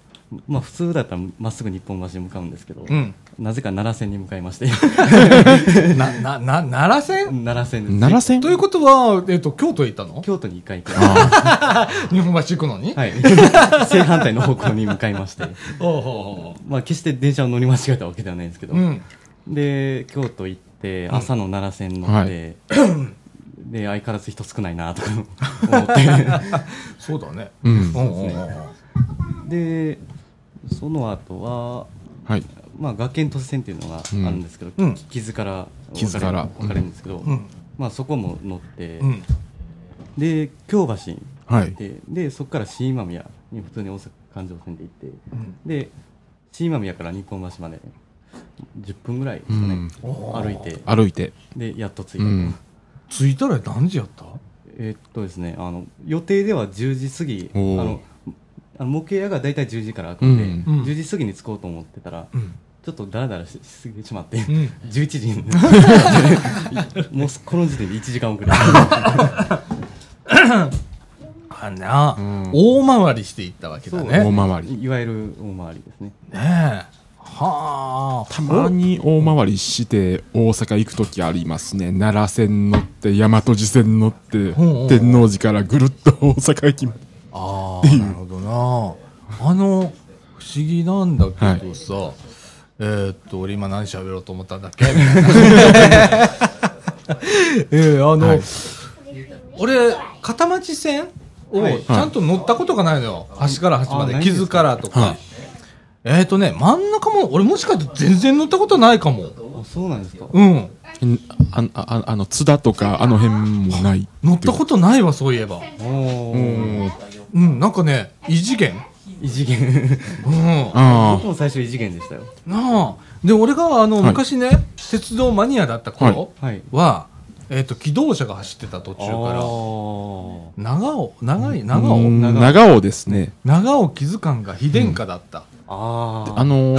B: まあ普通だったらまっすぐ日本橋に向かうんですけど、
A: うん
B: なぜか奈良線に向かいまして
A: ななな奈良線
B: 奈良線です
C: 奈良線
A: ということは、えっと京都へ行ったの
B: 京都に1回行く
C: あ
A: 日本橋行くのに、
B: はい 正反対の方向に向かいまして
A: おうおうおう
B: まあ決して電車を乗り間違えたわけではないんですけど、
A: うん
B: で京都行って
A: うん
B: 朝の奈良線乗って、で相変わらず人少ないなとか思 って
A: そうだね。
C: うん
A: う。んうんうん
B: でその後は
C: はい。
B: まあ学研都市線っていうのがあるんですけど、
A: うん
B: き傷から分
C: 木
B: か
C: 津
B: れ
C: から
B: 分かれるんですけど、
A: うん。
B: まあそこも乗って、
A: うん。
B: で京橋に
C: はい。
B: 行ってでそこから新今宮に普通に大阪環状線で行って
A: うん。
B: で新今宮から日本橋まで10分ぐらいです
C: う
B: かね、
C: ん。
A: おー
B: 歩い。て
C: 歩いて。
B: でやっと着いた、
C: うん。
A: 着いたら何時やった
B: えーっとですねあの予定では10時過ぎあ
C: おー
B: のあの模型屋が大体10時から開くんで、
C: うん
A: うん
B: 10時過ぎに着こうと思ってたら
A: うん。
B: ちょっとダラダラししすぎてしまって、
A: うん。
B: 11時にもうこの時点で1時間遅れ
A: あんな、
C: うん
A: 大回りしていったわけだ
B: え
C: 大
A: ね。
C: 回り。
B: いわゆる大回りですね
A: ねえ。はあ。
C: たまに大回りして大阪行くときありますね。奈良線乗って、大和路線乗って
A: うんうん、
C: 天王寺からぐるっと大阪行きます。
A: ああ、なるほどな。あの、不思議なんだけどさ、えーっと、俺今何喋ろうと思ったんだっけ ええあの、
C: はい
A: 俺、片町線を
B: はい
A: ちゃんと乗ったことがないのよ。端から端ま
B: あ
A: で、
B: ないんですか
A: 傷からとか。
C: はい
A: えーっとね、真ん中も、俺もしかして全然乗ったことないかも。
B: あそうなんですか
A: うん。
C: んあああの津田とかあの辺もない
A: 乗ったことないわ、そういえば。
B: お
C: と
B: ー
A: うん、なんかね、異次元
B: 異次元
A: うん。
C: あ
B: 僕も最初異次元でしたよ
A: なあ。で、俺が、あの、
C: はい
A: 昔ね、鉄道マニアだった頃
B: はい
A: は、えっと、機動車が走ってた途中から、
B: あ
A: 長尾、長い、
C: あ
A: 長尾、
C: うん長尾ですね
A: 長尾気づかんが非電化だった。
B: あー
C: あのー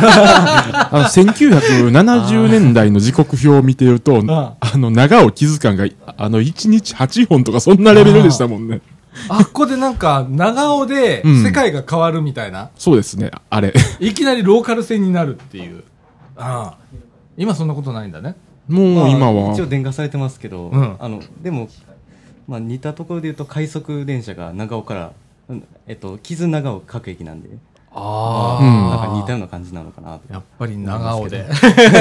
C: あの1970年代の時刻表を見てると
A: あ
C: あの長尾気づかんがあの1日8本とかそんなレベルでしたもんね
A: あっこでなんか、長尾で
C: うん
A: 世界が変わるみたいな、
C: そうですね あれ
A: いきなりローカル線になるっていう。ああ。今そんなことないんだね。
C: もう今
B: まあ一応
C: は
B: 電化されてますけど、
A: うん
B: あのでも、まあ、似たところで言うと快速電車が長尾から、うんえっと、木津長尾各駅なんで
A: あ
C: あ
B: なんか似たような感じなのかなと
A: やっぱり長尾で。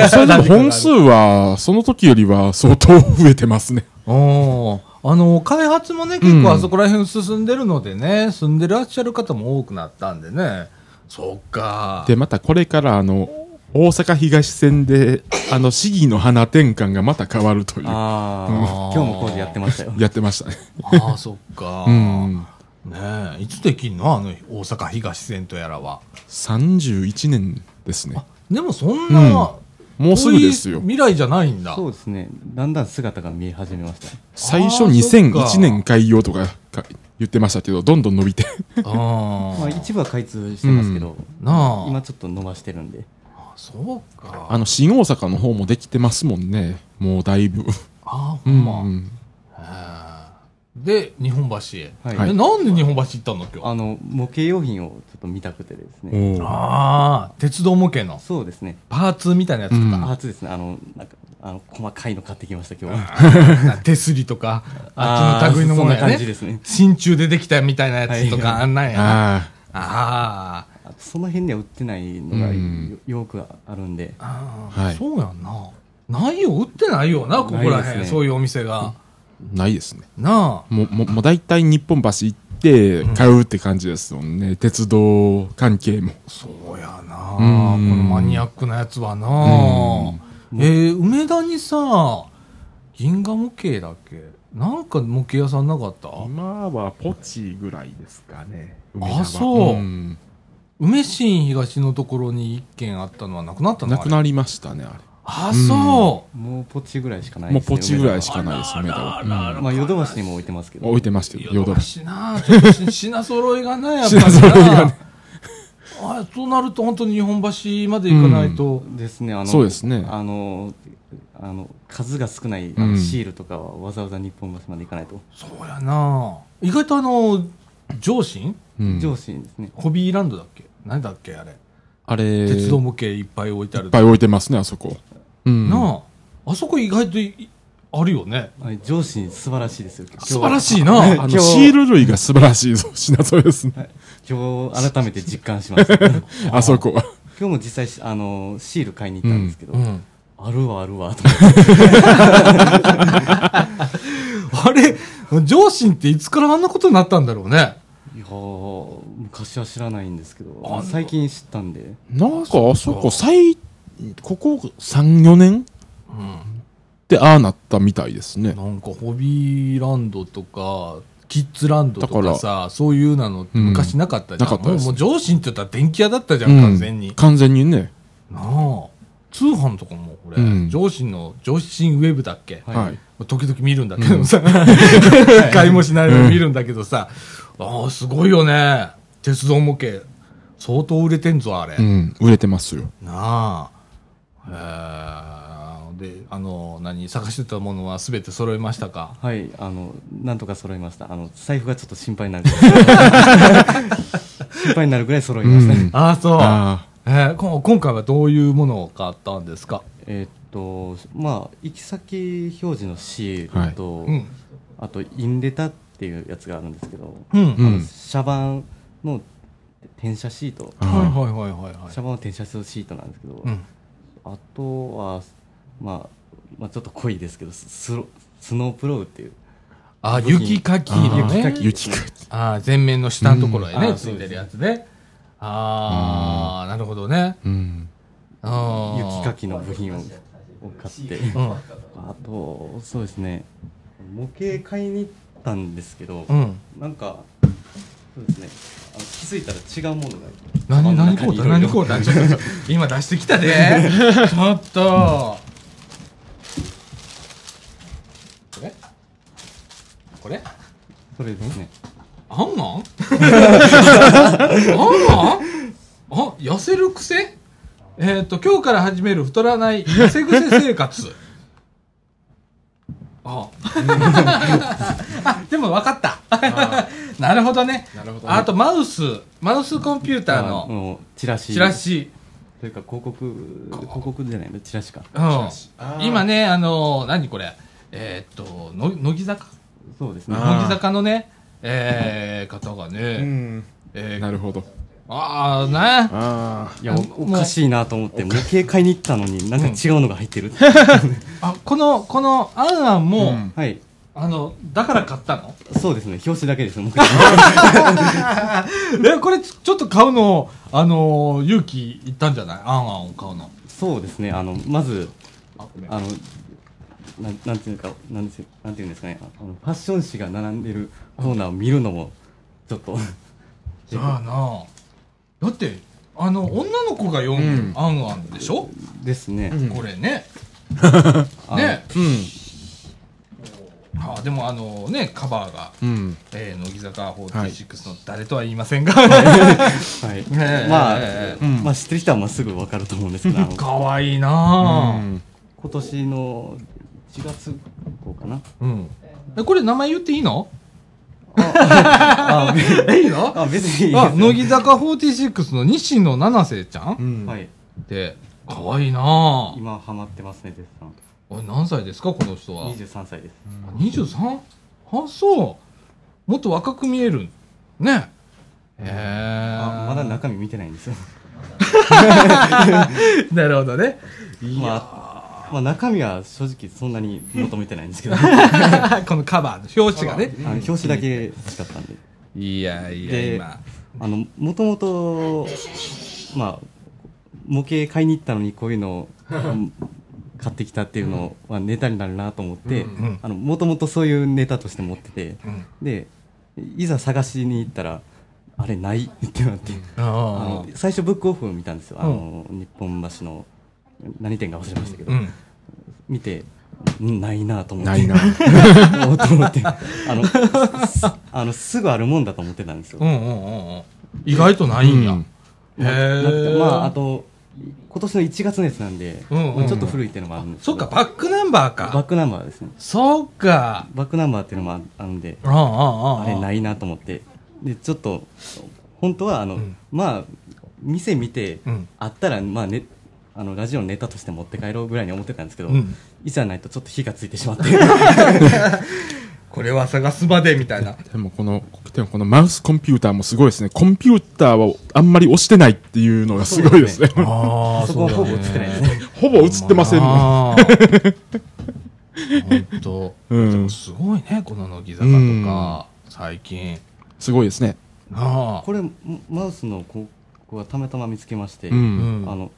C: それでも本数はその時よりは相当増えてますね
A: おーあの開発もね、結構あそこら辺進んでるのでね、住んでらっしゃる方も多くなったんでね、そっか、
C: でまたこれからあの大阪東線であの市議の花転換がまた変わるという
B: ああ、
A: うん
B: 今日も工事やってましたよ
C: やってましたね
A: ああ、そっか、
C: うん
A: ねえいつできんの、あの大阪東線とやらは。
C: 31年ですね
A: でもそんな、
C: もうすぐです
A: 遠
C: よ
A: い未来じゃないんだ、
B: そうですねだんだん姿が見え始めました
C: 最初
A: あーそっか
C: 2001年開業とかか言ってましたけどどんどん伸びて
A: あ
B: まあ、
A: ー
B: 一部は開通してますけど、
A: なあ
B: 今ちょっと伸ばしてるんで
A: あそうか、
C: あの新大阪の方もできてますもんねもうだいぶ
A: あーほ
C: う
A: ん
C: ん、
A: ま、へえで、日本橋へ、
B: はい
A: えなんで日本橋行ったの、今日
B: あの模型用品をちょっと見たくてですね
C: おー
A: ああ、鉄道模型の
B: そうですね
A: パーツみたいなやつとか。
C: うん
B: 初ですねあのなんかあの細かいの買ってきました今日は
A: 手すりとか、あっちの類のもの
B: あーそ
A: や
B: んな感じで
A: ね。
B: すね
A: 真鍮でできたみたいなやつと
B: は
A: か、
B: い
A: あんなんやな。
C: あ
A: あー
B: あとその辺には売ってないのがよ,、
C: うん
B: よくあるんで
A: あ
C: は
A: ー、
C: い
A: そうやんな。ないよ、売ってないよな、ここ
B: な
A: ら
B: いです
A: 辺、
B: ね
A: そういうお店が。
C: ーないですね
A: な
C: もうもうもう大体日本橋行って買うって感じですもんね、鉄道関係も
A: あ、そうやな。この
C: ん
A: マニアックなやつはな
C: う。
A: えー、梅田にさ、銀河模型だっけなんか模型屋さんなかった
C: 今はポチぐらいですかね
A: あそう
C: うん
A: 梅新東のところに一軒あったのはなくなったの
C: なくな
A: あれ
C: りましたねあれ
A: あ、そう。
B: もうポチぐらいしかない
C: も
B: で
C: う
B: すね
C: ポチぐらいし
B: し
C: かないです梅田は、
A: あ
B: まあヨドバシにも置いてますけ
C: うん
B: ど
C: 置いてましたよ
A: ヨドバ
C: 淀橋
A: シなあちょっとし品揃えがなやっぱりな
C: 品揃えがね
A: あそうなると本当に日本橋まで行かないと、
B: ですねあの
C: そうですね
B: あのあの数が少ないあ
C: う
B: の
C: ん
B: シールとかはわざわざ日本橋まで行かないと、
A: そうやな意外とあの上信
C: うん
B: 上司ですね
A: ホビーランドだっけ何だっけあれ、
C: あれ
A: 鉄道模型いっぱい置いてあ
C: い
A: る
C: っぱい置いてますね、あそこ。うん。
A: なああそこ意外といあるよね
B: あれ上司素晴らしいですよ今日
A: 素晴らしい
C: あ
A: な
C: の、
B: 今日
C: シール類が素晴らしいぞ、品添えですね。
B: 今日改めて実感しました
C: あそこは。
B: 今日も実際しあのシール買いに行ったんですけど、
A: うん
B: あるわあるわと思って
A: あれ、上心っていつからあんなことになったんだろうね。
B: いやー昔は知らないんですけ
A: あの
B: ど最近知ったんで
C: なんかあそこ最ここ34年
A: うん。
C: でああなったみたいです ね
A: なんかホビーランドとか、キッズランドと
C: だか
A: からさ、そういうなのって昔なかったじゃん。
C: うんなかったです
A: もうもう上心って言ったら電気屋だったじゃん、
C: うん
A: 完全に。
C: 完全にね
A: なあ。通販とかも俺、
C: うん
A: 上心の、上心ウェブだっけ、
B: はい
C: はい
A: 時々見るんだけど さ、買いもしないのに見るんだけどさ、ああ、すごいよね。鉄道模型。相当売れてんぞ、あれ。
C: うん売れてますよ
A: なあ。へえ。で、あの、何、探してたものは全て揃えましたか
B: はいあのなんとか揃いましたあの財布がちょっと心配にな る心配になるぐらい揃いました、
C: うん
A: ああ、そう。
C: あ
A: えーこ今回はどういうものを買ったんですか
B: えーっとまあ行き先表示のシールと、
A: うん。
B: あとインレタっていうやつがあるんですけど、
A: うん。
C: う
A: はい
C: ん
B: 車番の転写シート
C: あ
A: はい
C: ー
A: はいはいはい。
B: 車番の転写シートなんですけど、
A: うん。
B: あとは、まあ、まあちょっと濃いですけどスロスノープロウっていう
A: あ、雪かきのね。
B: 雪かき
C: 雪かき
A: ああ、前面の下のところへ
B: うんあ
A: ね、
B: あ
A: ついてるやつね。ああ、なるほどね。
C: うん
A: ああ
B: 雪かきの部品をを買って
A: うん。
B: あとそうですね模型買いに行ったんですけど、
A: うん。
B: なんかそうですねあの気づいたら違うものが
A: 何、何こ
B: こ
A: うだ、何こうだ、ちょっと、ちょっと今出してきた で。ちょっと。これこれ
B: それですね
A: あん なんあんなんあ、痩せる癖えっ、と、今日から始める太らない痩せ癖生活。あ あ、でも分かった。なるほどね。
C: なるほ
A: あと、マウス、マウスコンピューター
B: あ
A: の
B: のチラシ
A: チラシ。
B: というか広告広告じゃないチラシか
A: うん、今ね、あのー何これ、えーっと、の乃木坂
B: そうですね
C: あー
A: 乃木坂のね、えー、方がね、
C: うん
A: えー
C: なるほど
A: ああ、ね、
C: あ
B: いや
A: も
B: おおかしいなと思って模型買いに行ったのになんか違うのが入ってる、
A: あ、この、この、あんあんも、
C: うん
B: はい
A: あの、だから買ったの
B: そうですね表紙だけです模型
A: え、これ、ちょちょっと買うの、あのー勇気いったんじゃないあんあんを買うの。
B: そうですねあのまず
A: あ、ごめん。
B: あのなんなんていうかなんてなんていうんですかねあのファッション誌が並んでるコーナーを見るのもちょっと
A: じゃあなだって、あの、女の子が読む
C: うん
A: あんあんでしょ、
B: ですね、
C: うん
A: これ ね。
B: あの
A: ね。
C: ーうん
A: あーでもあのね、カバーが
C: うん
A: えー、乃木坂46の誰とは言いませんが、
B: はい
A: ねえ
B: まあ、
A: え
C: えうん
B: まあ知ってる人はまあすぐ分かると思うんですけどあの
A: かわいいなぁ、
B: 今年の1月以降かな
A: うんえこれ名前言っていいの
B: あ
A: えいいの
B: あ別にいいです
A: あ乃木坂46の西野七瀬ちゃん、
C: うん
B: はい
A: ってかわいいなぁ
B: 今ハマってますね絶賛
A: おい何歳ですかこの人は
B: 23歳です
A: あ 23? あそうもっと若く見えるねえ
B: あまだ中身見てないんですよ
A: なるほど ねいや
B: まあ、まあ、中身は正直そんなに求めてない んですけど
A: ーこのカバーの表紙がね
B: あの表紙だけ欲しかったんで
A: いやいや
B: で
A: 今
B: あのもともとまあ模型買いに行ったのにこういうのを うん買ってきたっていうのはネタになるなと思って
A: うんうん
B: あのもともとそういうネタとして持ってて
A: うん
B: でいざ探しに行ったらあれないってなって
A: あ
B: あ
A: あ
B: の最初ブックオフを見たんですよあの、日本橋の何店か忘れましたけど、
A: うん
B: 見てうんないなと思って
C: ないな
B: おっと 思ってあのすあのすぐあるもんだと思ってたんですよ、
A: うんうんうんうん意外とないんや、
C: うん
A: へえ
B: なくてまああと今年の1月のやつなんで、
A: うんうんうん
B: まあちょっと古いっていうのもあるんです
A: そっかバックナンバー
B: バッ
A: か
B: クナンバーですね
A: そうか
B: バックナンバーっていうのもああるんで
A: あああ
B: あれないいなと思ってでちょっと本当はあの、
A: うん
B: まあ店見て、
A: うん
B: あったらまあねあのラジオのネタとして持って帰ろうぐらいに思ってたんですけど、
A: うん
B: いざないとちょっと火がついてしまって
A: これは探すまでみたいな。
C: でもこの、でもこのマウスコンピューターもすごいですね。コンピューターをあんまり押してないっていうのがすごいですね。
A: あ
B: そこはほぼ映ってないですね。
C: ほぼ映ってませんもん。
A: もん。本当。
C: うん
A: でもすごいね、この乃木坂とか、最近。
C: すごいですね。
A: なあ。
B: これもマウスの広告はたまたま見つけまして、
C: う。
A: うん
B: あ
A: ん。
B: の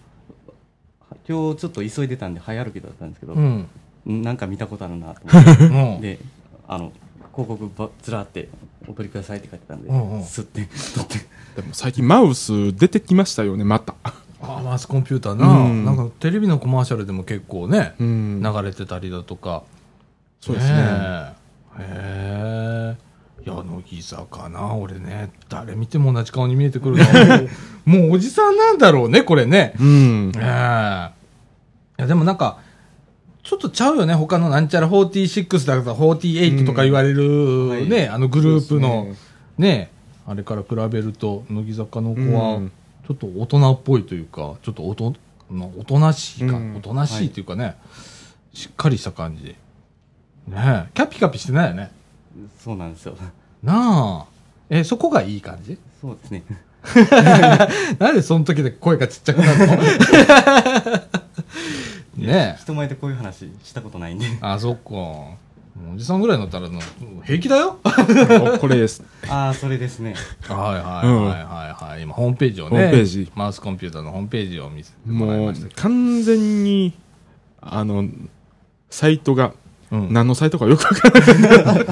B: 今日ちょっと急いでたんで早歩きだったんですけど、
A: うん。
B: なんか見たことあるなと思っ
A: う
B: て
A: ん。
B: であの広告ばずらって「お取りください」って書いてたんで、
A: うんうん
B: すって取って
C: でも最近マウス出てきましたよね、また。
A: あマウスコンピューターな。
C: うん
A: なんかテレビのコマーシャルでも結構ね、
C: うん。
A: 流れてたりだとか。
C: そうですね。
A: えへえ。いや、乃木坂な、俺ね、誰見ても同じ顔に見えてくるから、 もうもうおじさんなんだろうね、これね。
C: うん
A: ええ。いや、でもなんか、ちょっとちゃうよね、他のなんちゃら46だとか48とか言われる、
B: はい
A: ね、あのグループの、
C: そうで
A: ね
C: す
A: あれから比べると、乃木坂の子
C: う
A: は
C: ん、
A: ちょっと大人っぽいというか、ちょっとおと、まあおとなしいか、
C: うん
A: おとなしいというかね、しっかりした感じ。ねえキャピキャピしてないよね。
B: そうなんですよ
A: なあ。え、そこがいい感じ
B: そうですね
A: なんでその時で声がちっちゃくなるの ねえ。
B: 人前でこういう話したことない んで
A: あ、そっか。おじさんぐらいになったらな、平気だよはい
C: おこれです。
B: ああそれですね
A: はいはいはいはい。今、ホームページをね。
C: ホームページ
A: マウスコンピューターのホームページを見せてもらい
C: もう
A: ましたけ
C: 完全に、あの、サイトが、
A: ど。うん
C: 何のサイトかよくわからない。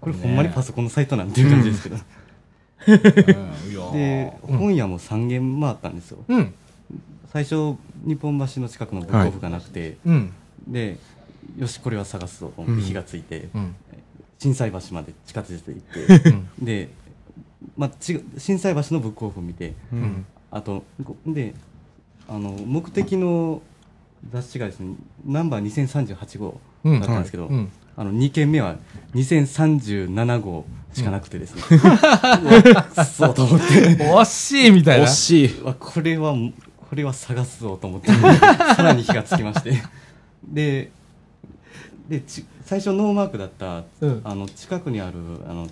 B: これほんまにパソコンのサイトなんていう感じですけど、
A: うんいやー
B: で、本屋も3軒回ったんですよ
A: うん。
B: 最初日本橋の近くのブックオフがなくて、
A: うん。
B: でよしこれは探すぞと思って火がついて、
A: うん。
B: 震災橋まで地下鉄で行って
A: うん
B: で、まあ、ち震災橋のブックオフ見て
A: ん
B: あとこであの目的の雑誌がですねナンバー2038号
A: う
B: だ
A: ん
B: ったんですけど、
A: うん
B: あの2件目は2037号しかなく てですね、うわくそうと思って
A: 惜しいみたいな。
C: 惜しい。
B: うわこれはこれは探すぞと思って さらに火がつきましてででち最初ノーマークだった、
A: うん
B: あの近くにあるあの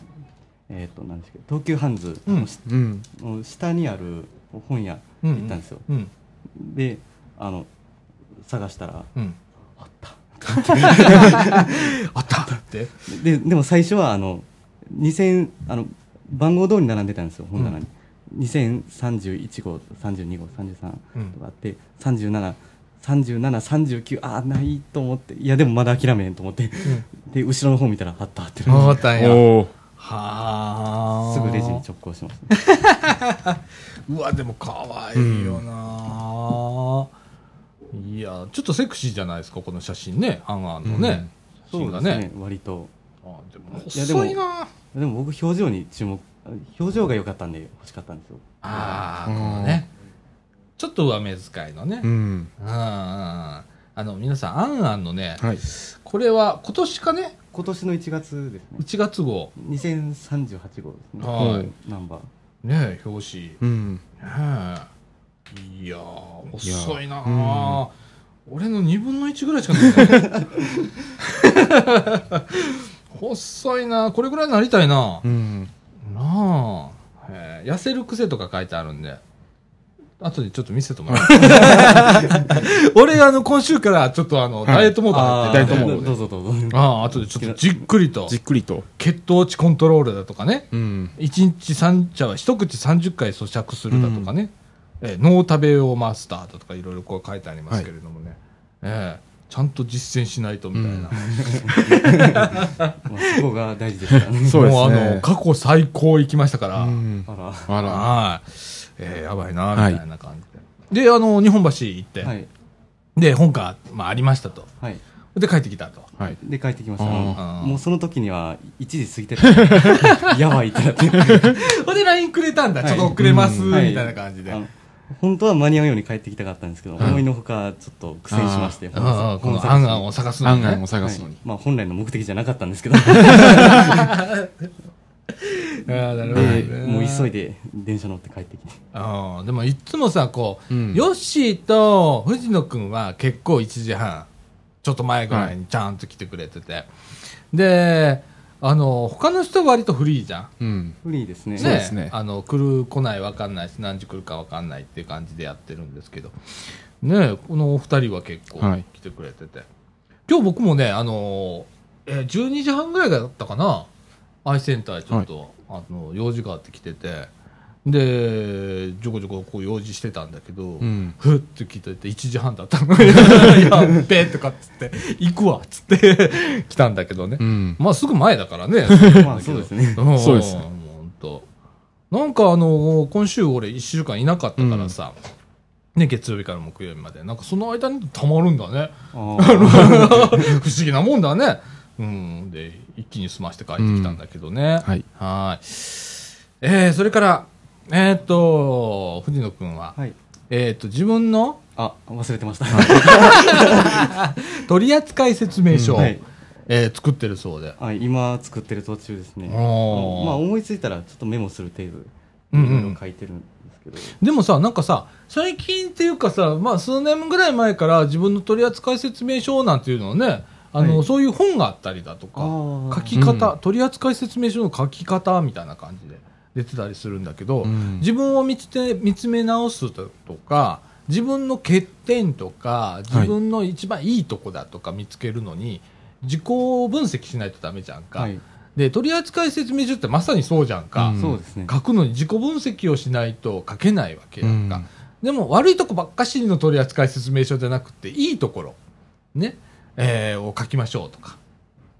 B: えっ、と何ですか東急ハンズ
A: うん
B: のし
C: うん。
B: の下にある本屋
A: う
B: 行ったんですよ、
A: うん。
B: であの探したら
A: うん。
B: あった
A: あったって。
B: ででも最初はあの2000あの番号通りに並んでたんですよ本棚に、2031号32号33
A: うん
B: とかあって、373739ああないと思っていやでもまだ諦めへんと思って、で後ろの方見たらあったってな
A: あ
B: っ
A: ってたんや。は
C: おー
A: あ。
B: すぐレジに直行しました
A: うわでも可愛いよな、いやちょっとセクシーじゃないですかこの写真ねハンガーのね、写真がね
B: 割と
A: あでも
B: いやでも
A: 細いな
B: でも僕表情に注目表情が良かったんで欲しかったんですよ
A: ああ
C: う
A: こ
C: ん
A: のねちょっと上目遣いのね、う、
C: うんん。
A: あの皆さん「アンアンのね、
C: はい。
A: これは今年かね
B: 今年の1月ですね
A: 1月号
B: 2038号ですね
A: はい
B: ナンバー
A: ね表紙ね
C: うん。
A: えいやー細いなあ俺の2分の1ぐらいしかないね 細いなこれぐらいになりたいな
C: うん。
A: なあ、へえ痩せる癖とか書いてあるんで、後でちょっと見せてもらう。 俺、あの、今週からちょっとあの、
C: はい
A: ダイエットモード入
B: あ
A: っ
B: ー
A: てるん
C: ダイエット
A: で
C: モード
B: どうぞどうぞ
A: ああ、後でちょっとじっくりと
C: じ、っくりと。
A: 血糖値コントロールだとかね、
C: うん。
A: 1日3茶は一口30回咀嚼するだとかね、えー脳食べ用マスターだとかいろいろこう書いてありますけれどもね、ええちゃんと実践しないとみたいな。
B: まあ、そこが大事ですか らね
C: そうですね
A: もうあの、過去最高行きましたから、
C: うん
B: あ
C: あら。
A: はい。えーやばいな、みたいな感じで。で、あの、日本橋行って、
B: らはい
A: で、本が、まあ、ありましたと。
B: はい
A: で、帰ってきたと。
C: はい。
B: で帰ってきました
A: あ
B: あ
A: ー
B: のもうその時には1時過ぎて たやばいってなって
A: ほんで、LINE くれたんだ、
B: はい
A: ちょっと遅れます、
B: うんはい
A: みたいな感じで。
B: あの本当は間に合うように帰ってきたかったんですけど、
A: はい
B: 思いのほかちょっと苦戦しまして
A: うんうんこ
B: 本
A: の
B: 探
A: ア
B: し
A: ンアンを探すの
C: 案
A: ね。
C: 外も
B: はい
C: 探すのに。
B: まあ、本来の目的じゃなかったんですけど
A: ああ、なるほど
B: で
A: ね。
B: もう急いで電車乗って帰ってきて
A: ああ、でもいつもさ、こう、
C: うん
A: ヨッシーと藤野くんは結構1時半、ちょっと前ぐらいにちゃんと来てくれてて。で、あの、他の人は割とフリーじゃん。
C: うん。
B: フリーですね。
C: そうですね
A: あの来る来ない分かんないし何時来るか分かんないっていう感じでやってるんですけどねえこのお二人は結構
C: はい
A: 来てくれてて、今日僕もねあのー、えー12時半ぐらいだったかなアイセンターちょっと、あの用事があって来ててでちょこちょここう用事してたんだけど、
C: うん。
A: ふって聞いてて1時半だったの やっべえとかっつって行くわっつって来たんだけどね、
C: うん。
A: まあすぐ前だ からね
B: まあそうですね。
A: ん
C: そうですね
A: もう本当なんかあの今週俺1週間いなかったからさ、ね、月曜日から木曜日までなんかその間にたまるんだね
B: あー
A: 不思議なもんだねうんで一気に済まして帰ってきたんだけどね、
C: はい。
A: はーいえー、それからえーっと藤野君は、
B: はい。
A: えーっと自分の
B: あ、忘れてました。
A: 取扱説明書を、
B: はい。
A: えー作ってるそうで
B: あ今作ってる途中ですね。
A: お
B: まあ
A: ー
B: 思いついたらちょっとメモする程
A: う
B: 度、
A: んうん
B: いろいろ書いてるんですけど。
A: でもさ、なんかさ、最近っていうかさ、まあ数年ぐらい前から自分の取扱説明書なんていうのをね、あの、
B: はい
A: そういう本があったりだと
B: あ
A: か、
B: ー
A: 書き方、
C: うん
A: 取扱説明書の書き方みたいな感じで出てたりするんだけど、
C: うん
A: 自分を見つて見つめ直すとか、自分の欠点とか、自分の一番いいとこだとか見つけるのに、自己分析しないとダメじゃんか。
B: はい。
A: で、取扱説明書ってまさにそうじゃんか。
C: うん
B: そうですね。
A: 書くのに自己分析をしないと書けないわけだから、
C: うん
A: でも悪いとこばっかしの取扱説明書じゃなくていいところ、ねえーを書きましょうとか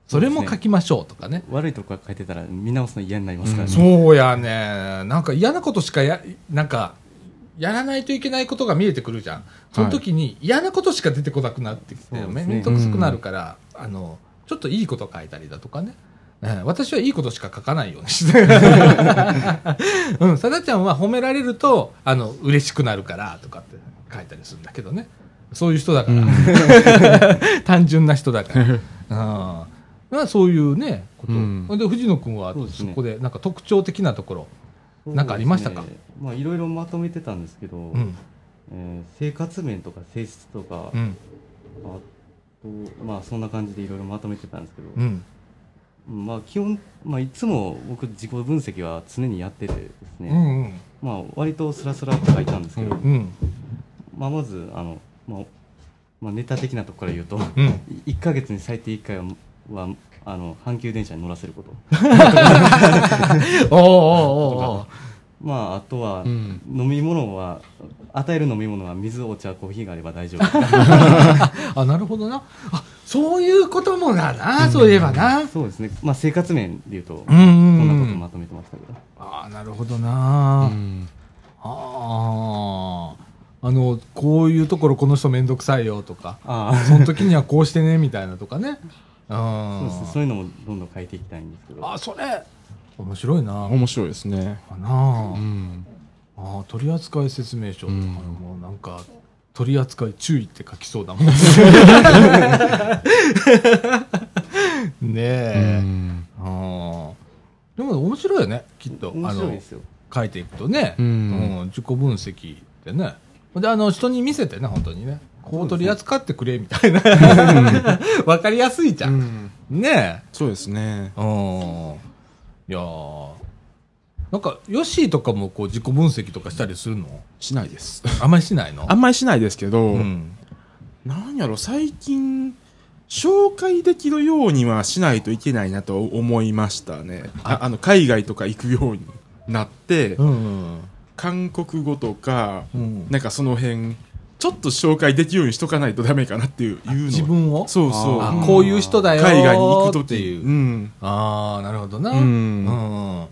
A: それも書きましょうとかね
B: 悪いとこが書いてたら見直すの嫌になりますからね。
A: そう,、やねなんか嫌なことしかやなんかやらないといけないことが見えてくるじゃんその時に嫌なことしか出てこなくなってきて、
B: そうです
A: め
B: ね
A: めんどくさくなるから、あのちょっといいこと書いたりだとかねえー私はいいことしか書かないように して。うん、さだちゃんは褒められると、あの、嬉しくなるから、とかって書いたりするんだけどね。そういう人だから。 単純な人だ から。うん。まあ、そういうね、こと。
C: うん
A: で、藤野君は
B: そうです
A: そ
B: ね
A: こで、なんか特徴的なところ。
B: そうですね
A: なんかありましたか
B: まあいろいろまとめてたんですけど、
A: うん。
B: えー生活面とか性質とか、
A: うん。
B: あとまあそんな感じでいろいろまとめてたんですけど、
A: うん。
B: まあ基本、まあ、いつも僕自己分析は常にやっててです
A: う
B: ね、
A: ん。
B: まあ割とスラスラと書いたんですけど、
C: うん
A: うん。
B: まあまずあの、まあまあ、ネタ的なところから言うと
A: うん。
B: 1ヶ月に最低1回ははあの阪急電車に乗らせること
A: おーおーおーおー
B: まああとは、
C: うん。
B: 飲み物は与える飲み物は水お茶コーヒーがあれば大丈夫
A: あ、なるほどな。あ、そういうこともだな、そういえばな。
B: そうですねまあ生活面で言うと、
A: うんうん
B: こ
A: うん
B: んなことまとめてましたけど
A: ああ、なるほどな。
C: うん
A: ああ。あの、こういうところこの人めんどくさいよとか、
B: ああ
A: その時にはこうしてね、みたいなとかね。うん。
B: そうですねそういうのもどんどん変えていきたいんですけど
A: あ、それ面白いな。
C: 面白いですね。
A: かな
C: う、ん。
A: ああ、取扱説明書とか
C: うん
A: もうなんか、取扱注意って書きそうだも ん。ね
C: う
A: え。
C: ん
A: ああでも面白いよね、きっと。
B: 面白いですよ
A: 書いていくとね、
C: うん
A: 自己分析でねであの人に見せてね本当にねこう取り扱ってくれみたいな わかりやすいじゃ、
C: うんん
A: ね
C: そうですね。
A: えうんいやーなんかヨッシーとかもこう自己分析とかしたりするの
C: しないです。
A: あんまりしないの
C: あんまりしないですけど、
A: うん
C: なんやろ、最近、紹介できるようにはしないといけないなと思いましたね。ああの、海外とか行くようになって
A: う、ん
C: 韓国語とか、
A: うん
C: なんかその辺、ちょっと紹介できるようにしとかないとダメかなっていういうの。
A: 自分を
C: そうそう。
A: あこういう人だよー
C: 海外に行くと
A: っていう、
C: うん。
A: ああなるほどな
C: うん
A: うん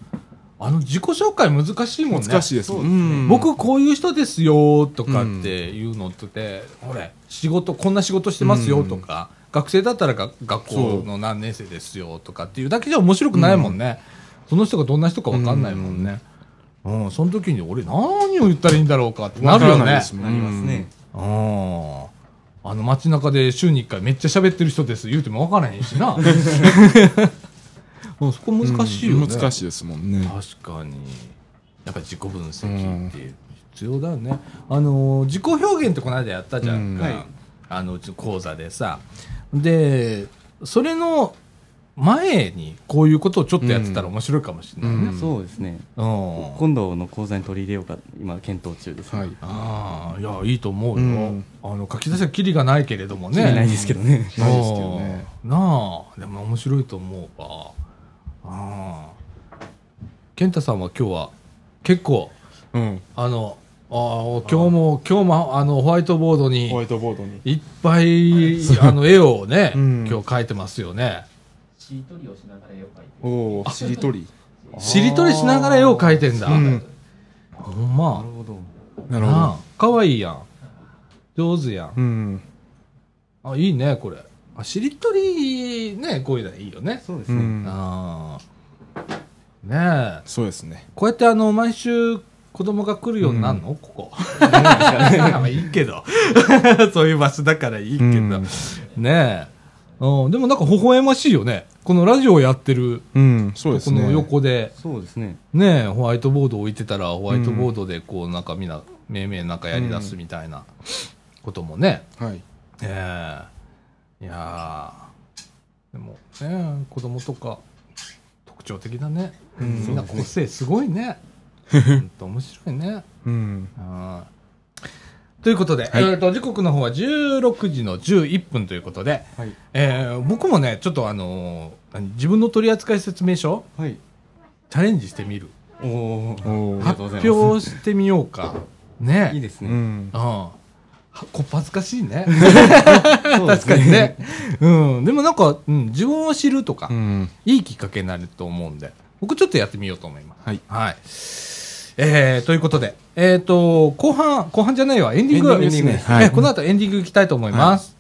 A: あの自己紹介難しいもんね
C: 難しいです。
B: そう
C: う
B: ですね
C: ん。
A: 僕こういう人ですよとかっていうのってて、ほれ仕事こんな仕事してますよとか、学生だったらが学校の何年生ですよとかっていうだけじゃ面白くないもんね、その人がどんな人か分かんないもんね、うんその時に俺何を言ったらいいんだろうかってな
C: わ
A: る
C: から
A: よ
C: な
A: ね
C: いですもん、
B: なりますね、
A: うんあの街中で週に1回めっちゃ喋ってる人です言うても分からへんしなうんそこ難しいよね、
C: うん難しいですもんね。
A: 確かにやっぱり自己分析って必要だよね、あのー自己表現ってこの間やったじゃんか、
B: うんはい
A: あのうちの講座でさで、それの前にこういうことをちょっとやってたら面白いかもしれないね。
C: うん
B: そうですね。
A: うん。
B: 今度の講座に取り入れようか、今検討中です。
C: はい。
A: ああ、いや、いいと思うよ。
C: うん
A: あの、書き出せはキリがないけれどもね。
B: ね、ないですけどね。
C: ないですけどね
A: うんなあ、でも面白いと思うわ。ああ。健太さんは今日は結構、
C: うん。
A: あの、ああ今日も、今日も、あの、ホワイトボードに
C: ホワ、イトボードに。
A: いっぱい、あの、絵をね、
C: うん
A: 今日描いてますよね。
D: しりとりをしながら絵を描いてる
C: おお、しりとり。
A: しりとりしながら絵を描いてんだ。
C: うん
A: ほんま。
B: なるほど。
C: なるほ
A: なあ
C: ど。、
A: かわいいやん。上手やん。
C: うん。
A: あ、いいね、これ。あ、しりとり、ね、こういうのいいよね。
B: そうです
C: う
B: ね。
C: ん。
A: ああ。ねえ。
C: そうですね。
A: こうやってあの、毎週、子供が来るようになるの、ここ。 まあいいけど。 そういう場所だからいいけど。
C: うん
A: ねえ。うん、でもなんか微笑ましいよね。このラジオをやってる、
C: うん、そうで
A: こ
C: すね。
A: の横で、
B: そうですね。
A: ねえ、ホワイトボード置いてたら、ホワイトボードでこう、なんかみんな、めいめいなんかやり出すみたいなこともね、
C: はい。
A: ええいやーでもね子供とか特徴的だね、
C: うん
A: みんな個性すごい ねほんと面白いね
C: う
A: う
C: ん。
A: んということで、
C: はい
A: えーと時刻の方は16時の11分ということで、
B: はい。
A: えー僕もねちょっとあのー何自分の取扱説明書
B: はい。
A: チャレンジしてみる
B: おお。
C: お
B: りは
C: ー
B: が
A: 発
B: とうございます
A: 表してみようかね
B: いいです
C: う
B: ね。
C: ん
A: うん。はこっぱずかしいね
B: そうです
A: 確かにね。 うん。でもなんか、うん、自分を知るとか、
C: うん。
A: いいきっかけになると思うんで、僕ちょっとやってみようと思います。
C: はい。
A: はい。えー、ということで、えっ、と、後半、後半じゃないわ、エンディング
C: エンディングですねはい
A: えーこの後エンディングいきたいと思います。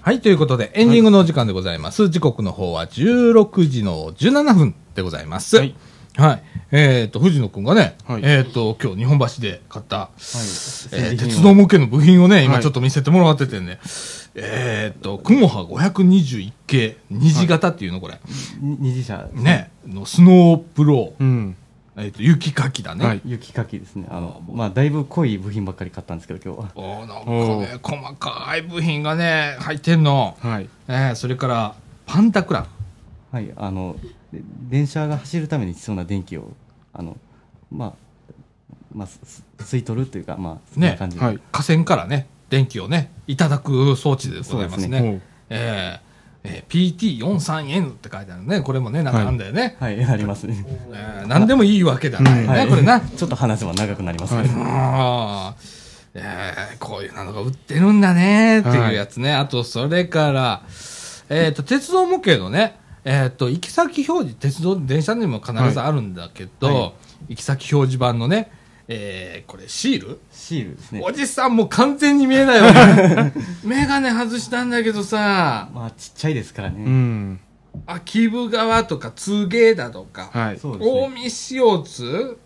A: はい、ということで、エンディングのお時間でございます。時刻の方は16時の17分でございます。は
C: はい
A: い。えっ、と、藤野くんがね、
C: はい
A: えっ、と、今日日本橋で買った、え
B: はい。
A: ー鉄道模型の部品をね、
C: は
A: 今
C: い
A: ちょっと見せてもらっててね。えーっと、雲波521系、二次型っていうの、これ。
B: に二次車。。
A: ね、のスノープロー、
C: うん。
A: えーっと、雪かきだね。
C: はい
B: 雪かきですね。あの、まあ、だいぶ濃い部品ばっかり買ったんですけど、今日は。
A: おーなんかね、細かい部品がね、入ってんの。
C: はい。
A: えーそれから、パンタクラブ。
B: はい、あの、で電車が走るために必要な電気を、あの、まあ、まあ、すす吸い取るというか、まあ、そん
A: ね
B: な感じで。
C: はい。
A: 架線からね、電気をね、いただく装置でございます
B: そうです
A: ね。えーえー PT43N って書いてあるね。これもね、なんかあんだよね。
B: はい、ありますね。
A: えー何でもいいわけじゃないよね、
B: はい、
A: これな。。
B: ちょっと話せば長くなりますけど。
A: ああ、えーこういうのが売ってるんだねっていうやつね。あと、それから、えっ、と、鉄道模型のね、えっ、と、行き先表示、鉄道、電車にも必ずあるんだけど、行き先表示板のね、えーこれシール
B: シールですね
A: お。じさんもう完全に見えないよ ね。メガネ外したんだけどさ、
B: まあ、ちっちゃいですから
C: う
B: ね。
C: ん。
A: 秋生川とか、津芸だとか、
C: はい。
B: そうです
A: 大
B: ね。
A: 見塩津、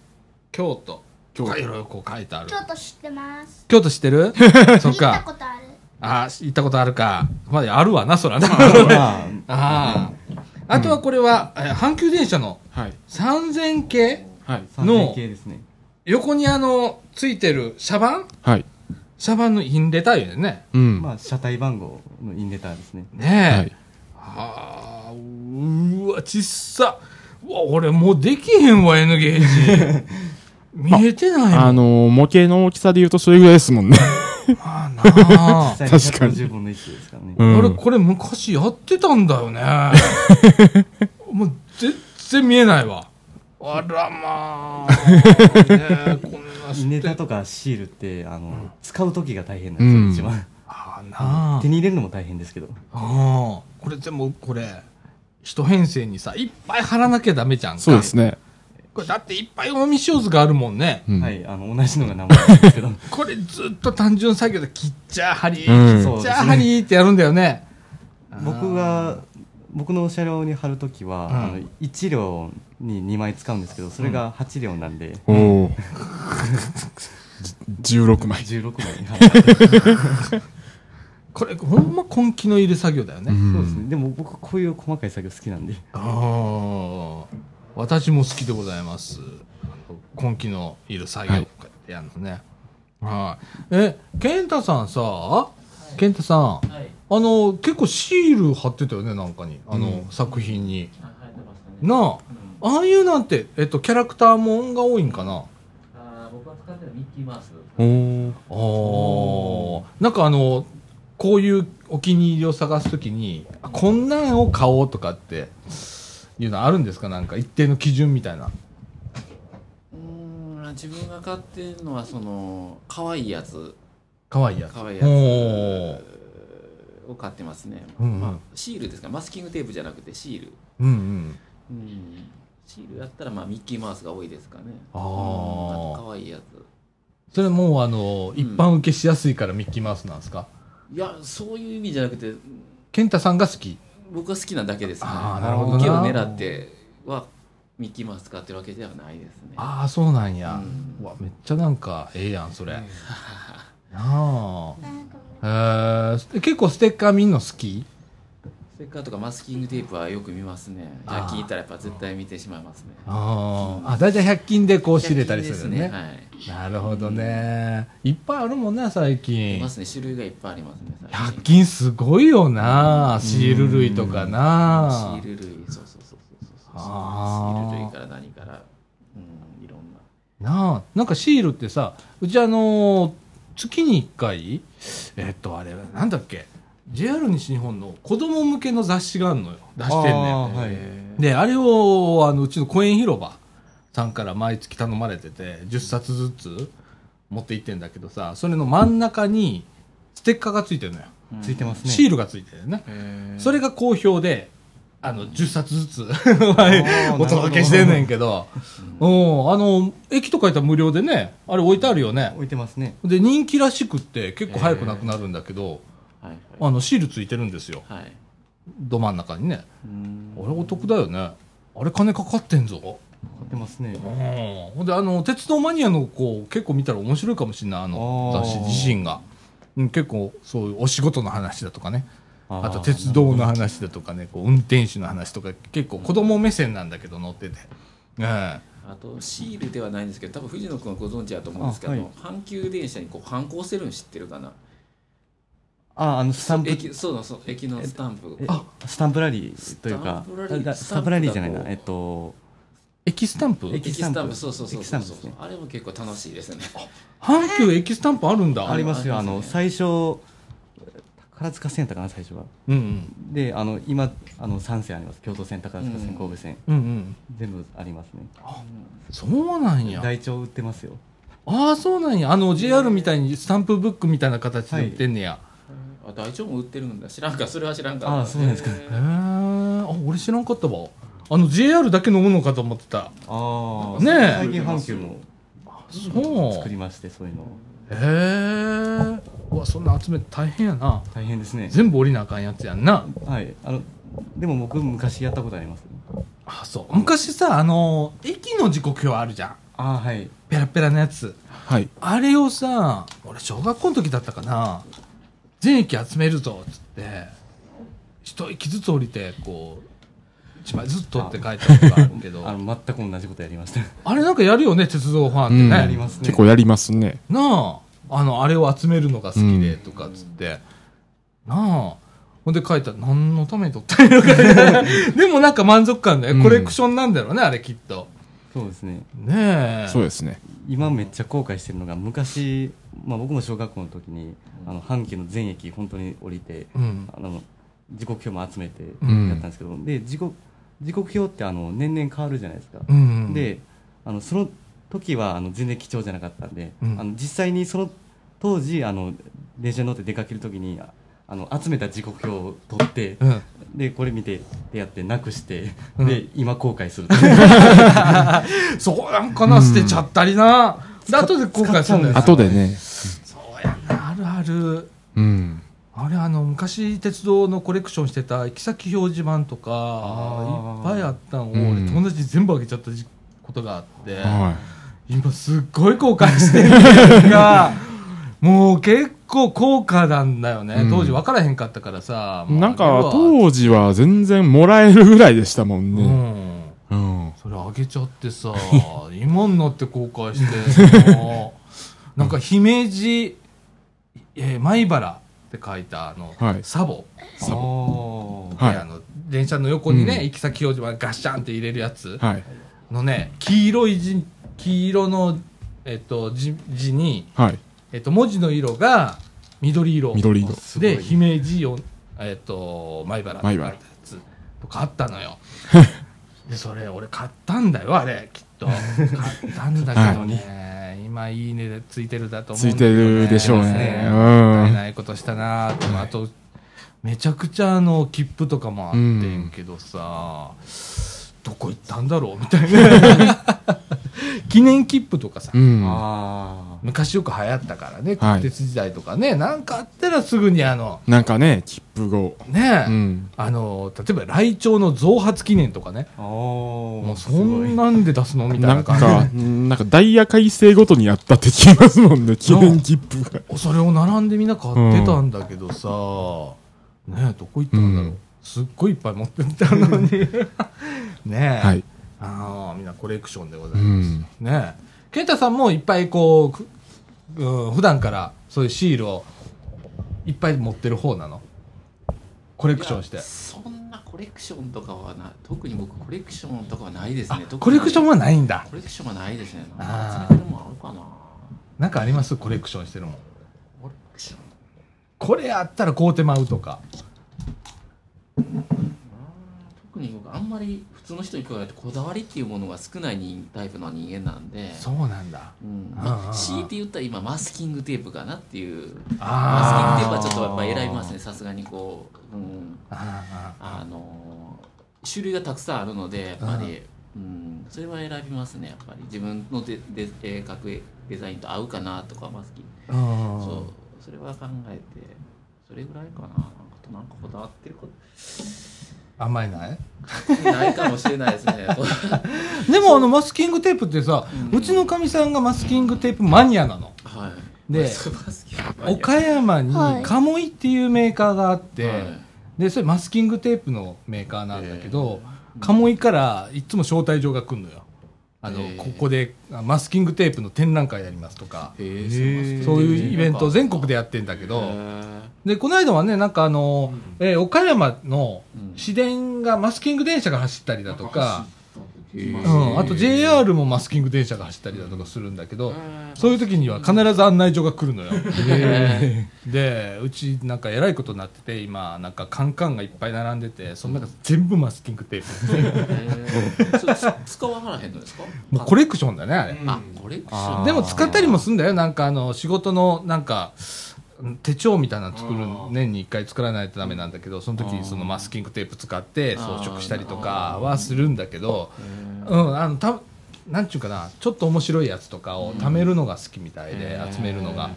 A: 京都、
C: 京
A: 京
C: 都
A: 都いろいろこう書いてある。
E: 京都知ってます。
A: 京都知って るそっ
E: 行った
A: か。
E: ことある。
A: あー、行ったことあるか。まあ、あるわな、そらな。
B: まあ、
A: あーあとはこれは、えー阪急電車の
C: はい。
A: 3000系
C: はい。
B: 三面系ですね。
A: 横にあの、ついてる車番
C: はい。
A: 車番のインレターよね。
C: うん。
B: まあ、車体番号のインレターですね。
A: ね
C: は
A: え
C: い。。
A: あーうーわ、ちっさ。うわ、俺もうできへんわ、N ゲージ。見えてないもん。
C: あ
A: あ
C: のー、模型の大きさで言うとそれぐらいですもんね。
A: あーなあ
B: 実際
C: 確かに
B: 150分の1ですからね。ね。
C: うん
A: 俺これ昔やってたんだよね もう全然見えないわあらまあ、ね、こんなして
B: ネタとかシールって、あの、使う時が大変なんですよ、
C: うん
B: 一
A: ああな
B: 番。
A: あ
B: 手に入れるのも大変ですけど。
A: ああこれでもこれ一編成にさいっぱい貼らなきゃダメじゃんか
C: そうですね。
A: これだっていっぱい大見塩図があるもんね
C: うん
B: はい、あの、同じのが何枚なんですけど。
A: これずっと単純作業で切っちゃはり、
C: うん
A: 切っちゃはりってやるんだよね
B: 僕が、僕の車両に貼るときは、あ
A: う
B: の1両に2枚使うんですけど、それが8両なんで、
C: おお。じ16枚。
B: 16枚。はい
A: これほんま根気のいる作業だよね、
C: ん
B: そうですね。でも僕、こういう細かい作業好きなんで。
A: ああ、私も好きでございます。あの根気のいる作業とかってやるのね。はい。え、健太さんさ、健太さん、
D: はい。
A: あの、結構シール貼ってたよね、なんかに。あの、作品に。
D: あ生えてましたね。
A: な
D: うん
A: あ、ああいうなんて、えっと、キャラクターもんが多いんかな。
D: あー僕が使ってるミッキーマウス。
C: おお。
A: ああ、なんかあの、こういうお気に入りを探すときに、あこんなんを買おうとかって、いうのあるんですかなんか一定の基準みたいな。
E: うーん自分が買ってるのはその可愛いやつ
A: 可愛いやつ。
E: 可愛いやつ
A: おー
E: を買ってますね、
A: うんうん
E: まあ、シールですかマスキングテープじゃなくてシール、
A: うんうん。
E: うん、シールやったらまあミッキーマウスが多いですかね
A: あ
E: うんあ
A: ー
E: と可愛いやつ
A: それもうあの、
E: ん
A: 一般受けしやすいからミッキーマウスなんですか
E: いやそういう意味じゃなくて
A: 健太さんが好き。
E: 僕は好きなだけですね
A: あーなるほどな
E: 受けを狙ってはミッキーマウス使ってるわけではないですね
A: ああ、そうなんや。
E: うん
A: うわ、めっちゃなんか、ええやん、そ れ。なあ。えー、結構ステッカー見んの好き
E: それからとかマスキングテープはよく見ますね
A: あー
E: 100均いたらやっぱ絶対見てしまいますね
A: あーあ、だいたい100均でこう仕入れたりす
E: 100
A: る
E: 均で
A: ね。なるほどね。いっぱいあるもんな、最
E: はい、い
A: 近
E: ま。すね種類がいっぱいありますね最近
A: 100均すごいよな、シール類とかな。
E: シール類そうそうそうそうそうそう
A: あー
E: シール類から何からうんいろんな
A: なあなんかシールってさうちあのー月に1回えっとあれなんだっけ JR 西日本の子供向けの雑誌があるのよ出してんね
B: あ
A: ん
B: ーはい
A: であれをあのうちの公園広場さんから毎月頼まれてて10冊ずつ持って行ってんだけどさそれの真ん中にステッカーがついてるのよ、
B: ついてますね。
A: シールがついてるよねそれが好評であの10冊ずつはいお届けしてんねんけど うんあの駅とか行ったら無料でねあれ置いてあるよね
B: 置いてますね。
A: で人気らしくって結構早くなくなるんだけど、
E: はい
A: あのシールついてるんですよ
E: はいはい
A: ど真ん中にね
E: うん
A: あれお得だよねあれ金かかってんぞ
B: 買ってますね
A: うん。ほんであの鉄道マニアの子結構見たら面白いかもしれないあの
B: あー
A: 雑誌自身が、うん、結構そういうお仕事の話だとかね
B: あ
A: あと鉄道の話だとかねこう運転手の話とか結構子供目線なんだけど載ってて、え
E: あとシールではないんですけど多分藤野君はご存知だと思うんですけど、
B: あはい
E: あの阪急電車にこう反抗してるの知ってるかな
B: あ、あの、スタンプ、
E: 駅そうそうそう駅のスタンプ
B: え
E: あ
B: スタンプラリーというか
E: スタンプラリー、
B: あスタンプラリーじゃない
E: スタンプ
B: な。
E: だと
B: えっと、
A: 駅スタンプ
B: 駅
E: 駅
B: スタ
E: ス
B: ンプ
E: タンプそうそうそう
B: 駅スタ
E: そう
B: ンプ
E: そ
B: で
E: う
B: すね
E: あれも結構楽しいですね
A: 阪急駅スタンプあるんだ
B: ありますよ。
E: あ
B: あ
E: りますね
B: の、最初、宝塚線だったかな、最初は。
A: うん
B: で、あの、今、あの、3線あります。京都線、宝塚線、神戸線。
A: うんうんうん
B: 全部ありますね。
A: そうなんや
B: 台帳売ってますよ。
A: ああそうなんやあの JR みたいにスタンプブックみたいな形で売ってんねや、
E: あ大腸も売ってるんだ知らんかそれは知らんか
B: あそうなんですか
A: へえあ俺知らんかったわあの JR だけ飲むのかと思ってた
B: あ
A: ねえ
B: 最近阪急も
A: そう
B: 作りまして、そういうのを。
A: へえうわそんな集めて大変やな
B: 大変ですね。
A: 全部降りなあかんやつやんな
B: はい。あの、でも僕、昔やったことあります。
A: あそう昔さあの駅の時刻表あるじゃん
B: ああ、はい。
A: ペラペラのやつ
C: はい。
A: あれをさ俺小学校の時だったかな全駅集めるぞっつって一駅ずつ降りてこう一枚ずつ取って帰ったことがあるけど
B: あ
A: あ
B: の、全く同じことやりました。
A: れなんかやるよね鉄道ファンって
C: うん
A: ね、
B: りますね
C: 結構やりますね。
A: なああのあれを集めるのが好きでとかっつって、なあほんで書いたら何 のために撮ったんやろかでもなんか満足感だよコレクションなんだろうね、あれきっと
B: そうですね
A: ねえ。
C: そうですね。
B: 今めっちゃ後悔してるのが昔、まあ、僕も小学校の時にあの阪急の全駅本当に降りて
A: うん。
B: あの時刻表も集めてやった
A: うん
B: んですけど、で時刻時刻表ってあの年々変わるじゃないですか、
A: うん。、
B: であのその時はあの全然貴重じゃなかったんで、
A: うん
B: あの実際にその当時あの電車に乗って出かける時にああの集めた時刻表を取って
A: うん。
B: でこれ見てでやってなくして、
A: うん
B: で今後悔する
A: そこなんかな、捨てちゃったりな。で、後で後悔するんだよな
C: 後で。ね。
A: そうやな、あるある。
C: うん。
A: あれあの昔鉄道のコレクションしてた行き先表示板とかいっ
B: あー
A: ぱいあったのを、
C: うん
A: 俺友達に全部あげちゃったじことがあって、
C: は
A: 今すっごい後悔してるんです がもう結構高価なんだよね、
C: うん
A: 当時分からへんかったからさ
C: い。な
A: ま
C: ん
A: あ
C: か、
A: あげるわ
C: 当時は全然もらえるぐらいでしたもん
A: う
C: ね。
A: ん
C: うん。
A: それあげちゃって さ今になって後悔して もうなんか姫路、えー、米原って書いたあの、
C: はい
A: サボ
C: サボ
A: で
C: はい
A: あの電車の横にね、
C: うん
A: 行き先表示板ガッシャンって入れるやつ
C: はい。
A: のね黄色い字黄色の、えっと、字字に、
C: はい。
A: えっと、文字の色が緑色
C: 緑色。
B: すごい
A: で姫路よ、えっと、米原って書いたやつとかあったの よでそれ俺買ったんだよあれきっと買ったんだけどね、今いいねでついてるだと思
C: つ
A: うん
C: い
A: だけど
C: てるでしょうね
A: ね。
C: う
A: もったい
C: ん。
A: ないことしたなと、あとめちゃくちゃあの切符とかもあってんけどさ、どこ行ったんだろうみたいな 記念切符とかさ、
C: うん。
B: あ
A: 昔よく流行ったからね
C: はい
A: 国鉄時代とかね、なんかあったらすぐにあの
C: なんかね、切符後。
A: ね、
C: うん。
A: あの例えば来鳥の増発記念とかね
B: あも
A: もうそんなんで出すのみたい
C: な
A: なん感
C: か
A: じ、
C: なんかダイヤ改正ごとにやったって聞きますも んね、記念切符が。
A: それを並んでみんな買ってたんだけどさ、ねえどこ行ったんだろう、
C: うん
A: すっごいいっぱい持ってたのに ねえ、
C: はい。
A: ああみんなコレクションでござ
C: う
A: います、
C: ん。
A: ねえ健太さんもいっぱいこうく、うん、普段からそういうシールをいっぱい持ってる方なのコレクションして
E: いやそんなコレクションとかはな特に僕コレクションとかはないです
A: あ
E: ね特に
A: コレクションはないんだ
E: コレクションはないですね
A: あー
E: 集めてるもんあるかな
A: なんかありますコレクションしてるもん
E: コレクション
A: これあったら買うてまうとか
E: 特に僕あんまり普通の人に比べてこだわりっていうものが少ない人タイプの人間なんで
A: そうなんだ
E: うん
A: あー
E: まあ、強いて言ったら今マスキングテープかなっていう
A: あ
E: マスキ
A: ー
E: ングテープはちょっとやっぱ選びますねさすがにこう、うん、
A: あーあー
E: あのー種類がたくさんあるのでやっぱり、うん、それは選びますねやっぱり自分のででえー描くデザインと合うかなとかマスキング
A: あー
E: そうそれは考えてそれぐらいかななんかとなんかこだわってること
A: あんまりない
E: ないかもしれないで すね
A: でもあのマスキングテープってさ、う
E: うん
A: ちのかみさんがマスキングテープマニアなの
E: はい
A: で
E: そうマスキングはい
A: 岡山に
F: はい
A: カモイっていうメーカーがあって、
E: はい
A: でそれマスキングテープのメーカーなんだけど、カモイからいつも招待状が来るのよあの、
E: えー
A: ここであマスキングテープの展覧会やりますとか、
E: へー
A: そういうイベントを全国でや
E: っ
A: ってんだけ
E: け
A: ど、でこの間はねなんかあの、えー岡山の
E: うん
A: 市電がマスキング電車が走ったりだとか、
E: ー
A: うん、あと JR もマスキング電車が走ったりだとかするんだけど、
E: う
A: そういう時には必ず案内所が来るのよ。で、うちなんかえらいことになってて、今、なんかカンカンがいっぱい並んでて、その中全部マスキングテープ。
E: 使わはらへんのですか
A: もうコレクションだね、あれ。
E: あコレクショ
B: あ
E: ン
B: ー
A: でも使ったりもすんだよ。なんかあの、仕事のなんか、手帳みたいなの作る年に一回作らないとダメなんだけどその時そのマスキングテープ使って装飾したりとかはするんだけどうん、あのたなんちゅうかなちょっと面白いやつとかを貯めるのが好きみたいで、集めるのが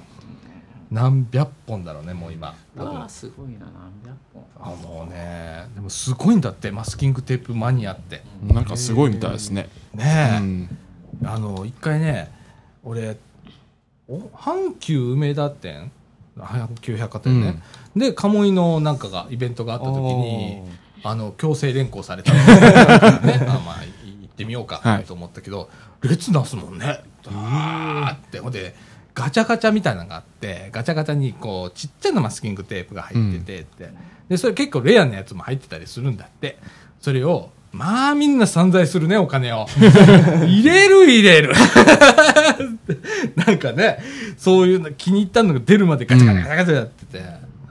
A: 何百本だろうねもう今多
E: う
A: 分
E: わすごいな何百本
A: あもうねでもすごいんだってマスキングテープマニアって
C: なんかすごいみたいですね。う
A: ね
C: ん。
A: え、あの一回ね俺お阪急梅田店阪急百貨店ね、で鴨居のなんかがイベントがあった時にあの強制連行された のね、あまあい行ってみよう
C: は
A: か
C: い
A: と思ったけど、列なすもんねあーってほんでガチャガチャみたいなのがあってガチャガチャにこうちっちゃなマスキングテープが入っててって、でそれ結構レアなやつも入ってたりするんだってそれをまあみんな散財するね、お金を。 入れる入れる。 なんかね、そういうの気に入ったのが出るまでガチャガチャガチャガチャやってて、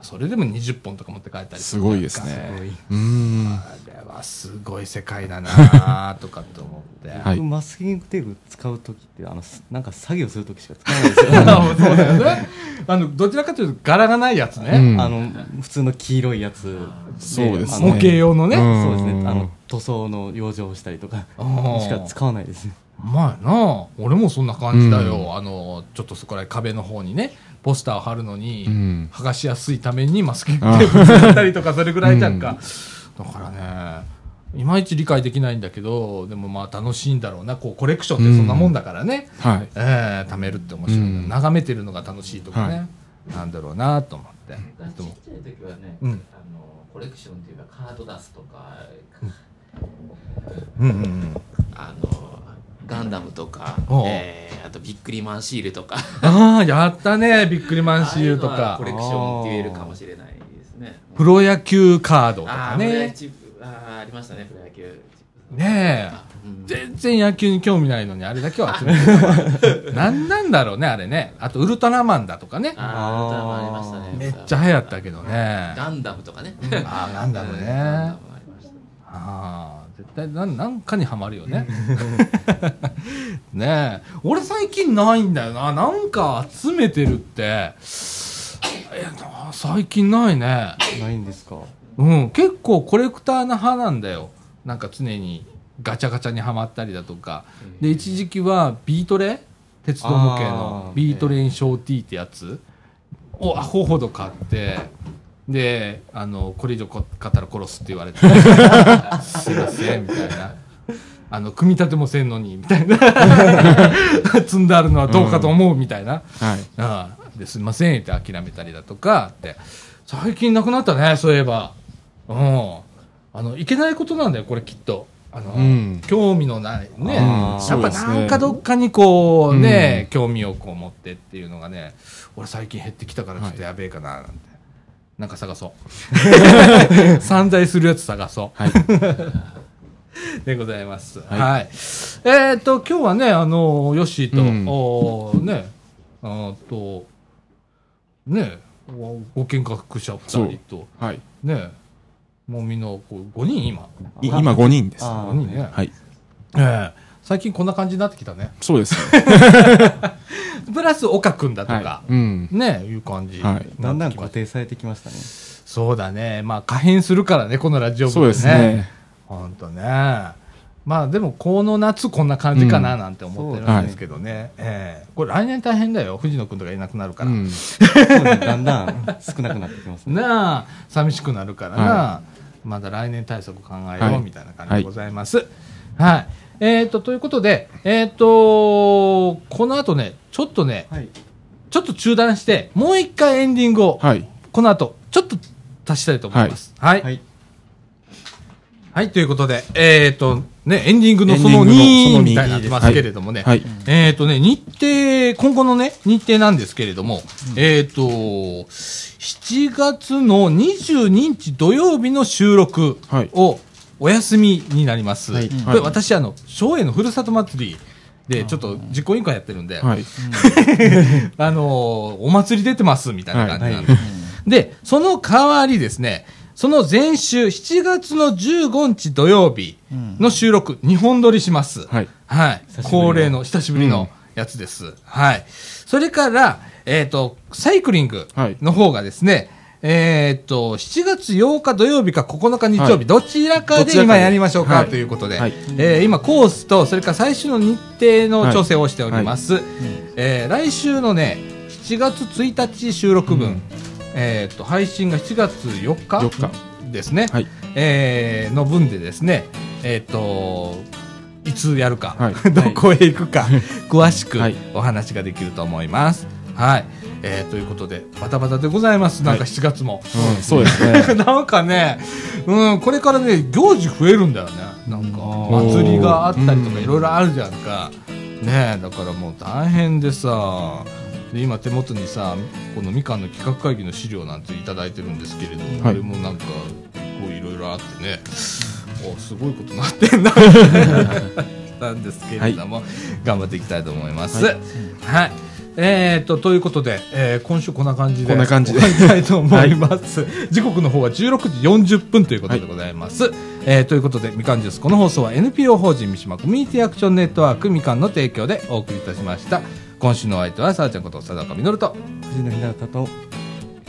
A: それでも20本とか持って帰ったりとか
C: すごいですね
A: なんか
C: うーん。
A: あれはすごい世界だ なぁとかと思って。
C: はい
B: 僕マスキングテープ使う時ってあのすなんか作業する時しか使わないん ですよ
A: そうだよね。あの、どちらかというと柄がないやつ
C: う
A: ね。
C: ん
B: あの普通の黄色いやつ
C: そうですね
A: 模型用のね。
C: うん
B: そうですねあの塗装の養生をしたりとか
A: あー
B: しか使わないですね
A: まあな俺もそんな感じだよ、
C: うん
A: あのちょっとそこら壁の方にねポスターを貼るのに、
C: うん
A: 剥がしやすいためにマスキングテープ使ったりとかそれぐらいじゃんか、だからねいまいち理解できないんだけどでもまあ楽しいんだろうなこうコレクションってそんなもんだからね、
C: はい。
A: ええ貯めるって面白いな、
C: うん
A: 眺めてるのが楽しいとかね、
C: は
A: なんだろうなと思って、で
E: 昔ちっ
A: も
E: ちゃい時はね、
A: うん
E: あのコレクションというかカード出すとか、
A: うんうんうん
E: あのガンダムとか
A: おう、
E: えーあとビックリマンシールとか、
A: ああやったねビックリマンシールと
E: ああい
A: か
E: うのはコレクションって言えるかもしれないですね。
A: プロ野球カードとか
E: あープロ野
A: ね
E: 球あーありましたねプロ野球。
A: ねえ
E: あうん
A: 全然野球に興味ないのにあれだけは集めてる何 なんだろうねあれねあとウルトラマンだとかね
E: あーウルトラマンありましたね。
A: めっちゃ流行ったけどね
E: ガンダムとかね。
A: あーガンダムね
E: うんガンダムありました
A: ああ絶対なんなんかにはまるよね ねえ俺最近ないんだよななんか集めてるっていやな最近ないね
B: ないんですか
A: うん結構コレクターな派なんだよなんか常にガチャガチャにはまったりだとかで一時期はビートレ鉄道模型の
B: あー
A: ビートレインショーティーってやつをアホほど買ってであのこれ以上こ買ったら殺すって言われてすいませんみたいな あの組み立てもせんのにみたいな 積んであるのはどうかと思うみたいな、
C: はい。
A: ああですいませんって諦めたりだとかって最近なくなったねそういえばうんあのいけないことなんだよこれきっとあの、
C: うん
A: 興味のないね
C: ああ
A: やっぱ
C: そうです
A: な
C: ね
A: んかどっかにこうね興味をこう持ってっていうのがね俺最近減ってきたからちょっとやべえかななんて、なんか探そう 散財するやつ探そう
C: はい。
A: でございます。はいい。えーっ、と、今日はね、あのー、ヨッシーと、
C: うん
A: おーね、あーっと、ね、ごご見学者
C: そ
A: 2人
C: う
A: と、
C: はい。
A: ね、もうみんなこう5人今。
C: い今5人です。
B: あ
A: 5
C: は
A: 人ね。
C: い。
A: えー最近こんな感じになってきたね。
C: そうですね。
A: プラス岡くんだとか
C: は、い。うん。
A: ね、いう感じになってきました。
B: だんだん固定されてきましたね
A: そうだね。まあ、可変するからね、このラジオ部
C: そうですね。
A: ほんとね。まあでも、この夏こんな感じかな
C: うん
A: なんて思ってるんですけどね。ええこれ来年大変だよ。藤野くんとかいなくなるから。
C: うん。
B: そうですねだんだん少なくなって きますね
A: なあ、寂しくなるからな。
C: は
A: まだ来年対策考え
C: は
A: よ
C: いう
A: みたいな感じでございます。はい。えっ、と、ということで、えっ、と、この後ね、ちょっとね、
B: はい
A: ちょっと中断して、もう一回エンディングを、
C: はい。
A: この後、ちょっと足したいと思います。はい。
B: はい
A: はい、ということで、えっ、と、ね、エンディングのそ
C: エ
A: の
C: ンディン
A: 2
C: グのその
A: みたいになってますけれどもね、
C: はい。
A: えっ、とね、日程、今後のね、日程なんですけれども、えっ、と、7月の22日土曜日の収録
C: はい
A: をお休みになります。
C: はい
A: こ
C: はい
A: れ私、あの、松江のふるさと祭りで、ちょっと実行委員会やってるんで、
C: はい。
A: あのーお祭り出てますみたいな感じなんで、
B: は
A: で、その代わりですね、その前週、7月の15日土曜日の収録、2本撮りします。
C: はい。
A: はい。
B: しぶりの
A: 恒例の、久しぶりのやつです。はい。それから、えっ、と、サイクリング
C: はい
A: の方がですね、えっ、と、7月8日土曜日か9日日曜日、
C: はい
A: どちらか
C: どち
A: で
C: らか
A: 今
C: で
A: やりましょう
C: は
A: か
C: い
A: ということで、
C: はい
A: えー今コースと、それから最終の日程の調整をしております。えー来週のね、7月1日収録分、えっ、と、配信が7月4日
C: 4日。
A: ですね。
C: はい。
A: えーの分でですね、えっ、と、いつやるか、
C: はい
A: どこへ行くか、詳しく
C: はい
A: お話ができると思います。はい。えーということで、バタバタでございます。なんか
C: はい
A: 7月も。
C: うん。そうですね。
A: なんかね、うん、これからね、行事増えるんだよね。なんか、祭りがあったりと
C: う
A: か、
C: ん
A: いろいろあるじゃんか。ねえ、だからもう大変でさ、で今手元にさ、このみかんの企画会議の資料なんていただいてるんですけれども、
C: はい
A: これもなんか、こういろいろあってね、おすごいことなってんななんですけれども、頑張っていきたいと思います。はい、えー、とということで、えー今週こんな感じで
C: こんな感じで
A: 終わりたいと思います、時刻の方は16時40分ということでございます、えーということでみかんジュースこの放送は NPO 法人三島コミュニティアクションネットワークみかんの提供でお送りいたしました今週のお相手はさあちゃんこと佐岡実と
B: 藤野ひなたと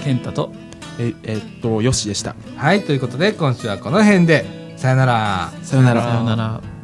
E: 健太と
C: ええっとよしでした
A: はいということで今週はこの辺でさよなら
C: さよなら
E: さよなら